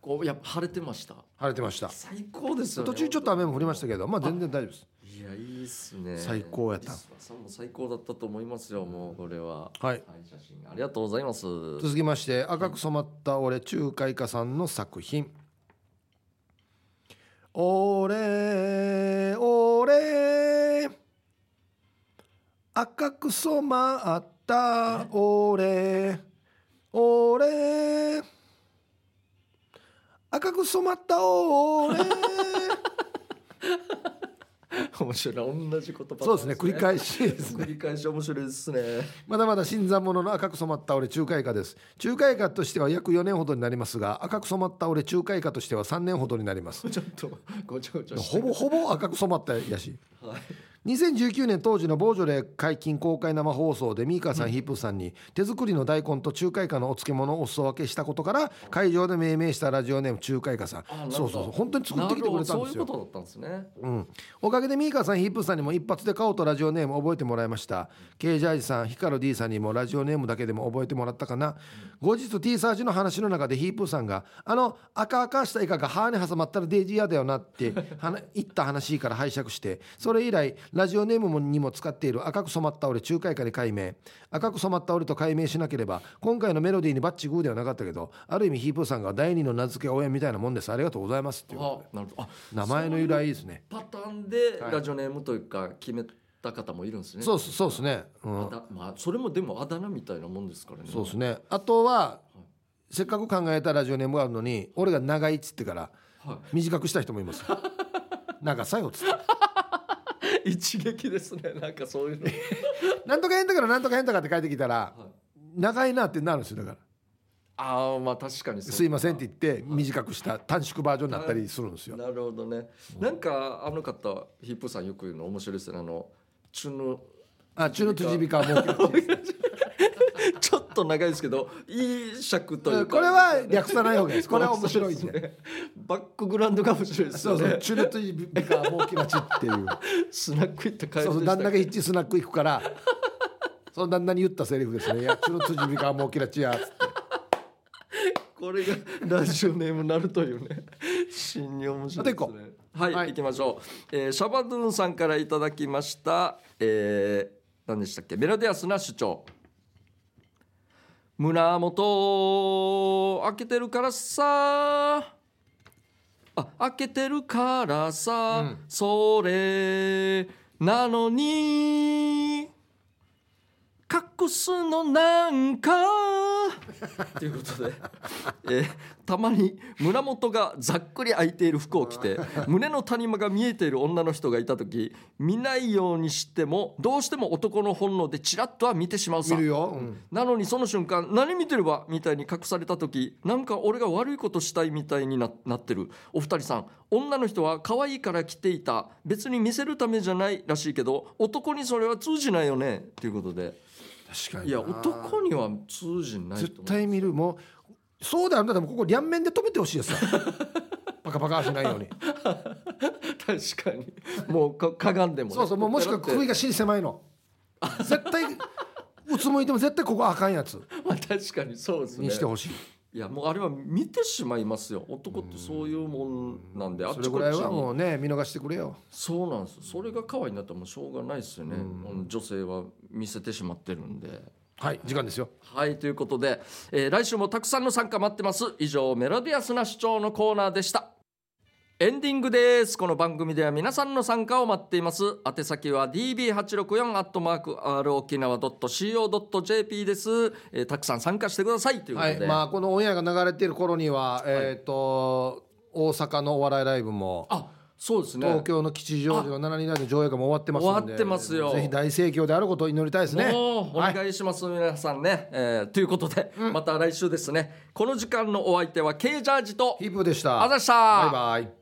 Speaker 1: こうやっぱ晴れてました
Speaker 2: 晴れてました
Speaker 1: 最高ですよね
Speaker 2: 途中ちょっと雨も降りました
Speaker 1: け
Speaker 2: けどまあ全然大丈夫です
Speaker 1: どいやいいっすね
Speaker 2: 最高やった
Speaker 1: リスナーさんも最高だったと思いますよもうこれは
Speaker 2: はい
Speaker 1: はい写真ありがとうござい ます
Speaker 2: 続きまして赤く染まった俺中華イカさんの作品俺俺赤く染まった俺俺赤く染まった俺
Speaker 1: 面白い同じ言葉
Speaker 2: そうですね繰り返しですね
Speaker 1: 繰り返し面白いです ね
Speaker 2: まだまだ新参者の赤く染まった俺中華イカです中華イカとしては約4年ほどになりますが赤く染まった俺中華イカとしては3年ほどになります
Speaker 1: ちょっとごちゃごちゃして
Speaker 2: ほぼほぼ赤く染まったやし
Speaker 1: はい
Speaker 2: 2019年当時のボージョレ解禁公開生放送でミーカーさん、ヒープーさんに手作りの大根と中華イカのお漬物をお裾分けしたことから会場で命名したラジオネーム中華イカさん
Speaker 1: あなるほど
Speaker 2: そうそうそう本当に作ってきてくれたん
Speaker 1: なるほど
Speaker 2: で
Speaker 1: そう
Speaker 2: す
Speaker 1: いう
Speaker 2: よ
Speaker 1: ことだったんですね
Speaker 2: うん、おかげでミーカーさんヒープーさんにも一発で顔とラジオネーム覚えてもらいました K ジャージさんヒカル D さんにもラジオネームだけでも覚えてもらったかな、後日 T サージの話の中でヒープーさんが「あの赤々したイカが歯に挟まったらデイジーやだよな」って はな言った話から拝借してそれ以来ラジオネームにも使っている赤く染まった俺中華イカに改名赤く染まった俺と改名しなければ今回のメロディーにバッチグーではなかったけどある意味ヒープーさんが第二の名付け親みたいなもんですありがとうございますっていう
Speaker 1: あなるほどあ
Speaker 2: 名前の由来ですね
Speaker 1: パターンで
Speaker 2: はい
Speaker 1: ラジオネームというか決めた方もいるんですね
Speaker 2: そうっすそうですね。うん
Speaker 1: あだまあそれもでもあだ名みたいなもんですからね
Speaker 2: そうですね。あとはせっかく考えたラジオネームがあるのに、俺が長いっつってから
Speaker 1: はい
Speaker 2: 短くした人もいます。 長さよっつって。
Speaker 1: 一撃ですねなんかそういうの、
Speaker 2: なんとか変だからなんとか変だからって書いてきたら長いなってなるんですよだから。
Speaker 1: ああまあ確かにそう
Speaker 2: すいませんって言って短くした短縮バージョンになったりするんですよ。
Speaker 1: なるほどねなんかあの方ヒップさんよく言うの面白いですねあのチュヌ
Speaker 2: あ、中の辻美かもう。
Speaker 1: ちょっっと長いですけどいい尺というか
Speaker 2: こ れは略さない方がいいですこれは面白いんで
Speaker 1: そうすねバックグラウンドが面白いです
Speaker 2: そ
Speaker 1: よ
Speaker 2: う
Speaker 1: ね
Speaker 2: そうチュルトイビカもうきがちっていう
Speaker 1: スナック行った帰り
Speaker 2: そうそう旦那が一致スナック行 くからその旦那に言ったセリフですね「いやチュルトイビカもうきがちや」つって
Speaker 1: これがラジオネームになるというね新に面白い
Speaker 2: あと
Speaker 1: で
Speaker 2: 一
Speaker 1: すねはい、
Speaker 2: はい
Speaker 1: 行きましょう、えーシャバドゥンさんからいただきました、えー、何でしたっけメロディアスな主張胸元を開けてるからさあ開けてるからさ、
Speaker 2: うん
Speaker 1: それなのに隠すのなんか ということで、えーたまに胸元がざっくり開いている服を着 て胸の谷間が見えている女の人がいた時見ないようにしてもどうしても男の本能でちらっとは見てしまうさ
Speaker 2: 見るよ、うん
Speaker 1: なのにその瞬間何見てるわみたいに隠された時なんか俺が悪いことしたいみたいにななってるお二人さん女の人は可愛いから着ていた別に見せるためじゃないらしいけど男にそれは通じないよねということで
Speaker 2: 確かに
Speaker 1: いや
Speaker 2: な
Speaker 1: 男には通じないと
Speaker 2: 絶
Speaker 1: 思う
Speaker 2: 対見るもうそうだよあんたでもここ両面で止めてほしい ですよパカパカしないよう に
Speaker 1: 確かにもうかかがんでもね、
Speaker 2: そうそうもうもしくは首
Speaker 1: が
Speaker 2: が尻狭いの絶対うつむいても絶対ここあかんやつ
Speaker 1: まあ確かにそうですね
Speaker 2: にしてほしい
Speaker 1: いやもうあれは見てしまいますよ男ってそういうもんなんであっ
Speaker 2: そ
Speaker 1: ち
Speaker 2: れ
Speaker 1: こ
Speaker 2: ぐら
Speaker 1: っ
Speaker 2: い
Speaker 1: ち
Speaker 2: は
Speaker 1: に
Speaker 2: もうね見逃してくれよ
Speaker 1: そうなんですそれが可愛いなったらもうしょうがないですよね、うん女性は見せてしまってるんで
Speaker 2: はい時間ですよ
Speaker 1: はいということで、えー来週もたくさんの参加待ってます以上メロディアスな主張のコーナーでしたエンディングですこの番組では皆さんの参加を待っています宛先は db864 アットマーク r 沖縄 .co.jp です、えーたくさん参加してくださいというこ
Speaker 2: は
Speaker 1: と
Speaker 2: い
Speaker 1: で、
Speaker 2: まあこのオンエアが流れている頃には、えっ、と大阪のお笑いライブも
Speaker 1: あそうですね
Speaker 2: 東京の吉祥寺の7人ライブの上映会も終わってますんで
Speaker 1: 終わってますよ
Speaker 2: ぜひ大盛況であることを祈りたいですね
Speaker 1: もうお
Speaker 2: はい
Speaker 1: 願いします、皆さんね、えーということで、また来週ですねこの時間のお相手は K ジャージと
Speaker 2: ヒープーでした
Speaker 1: あざした
Speaker 2: バイバイ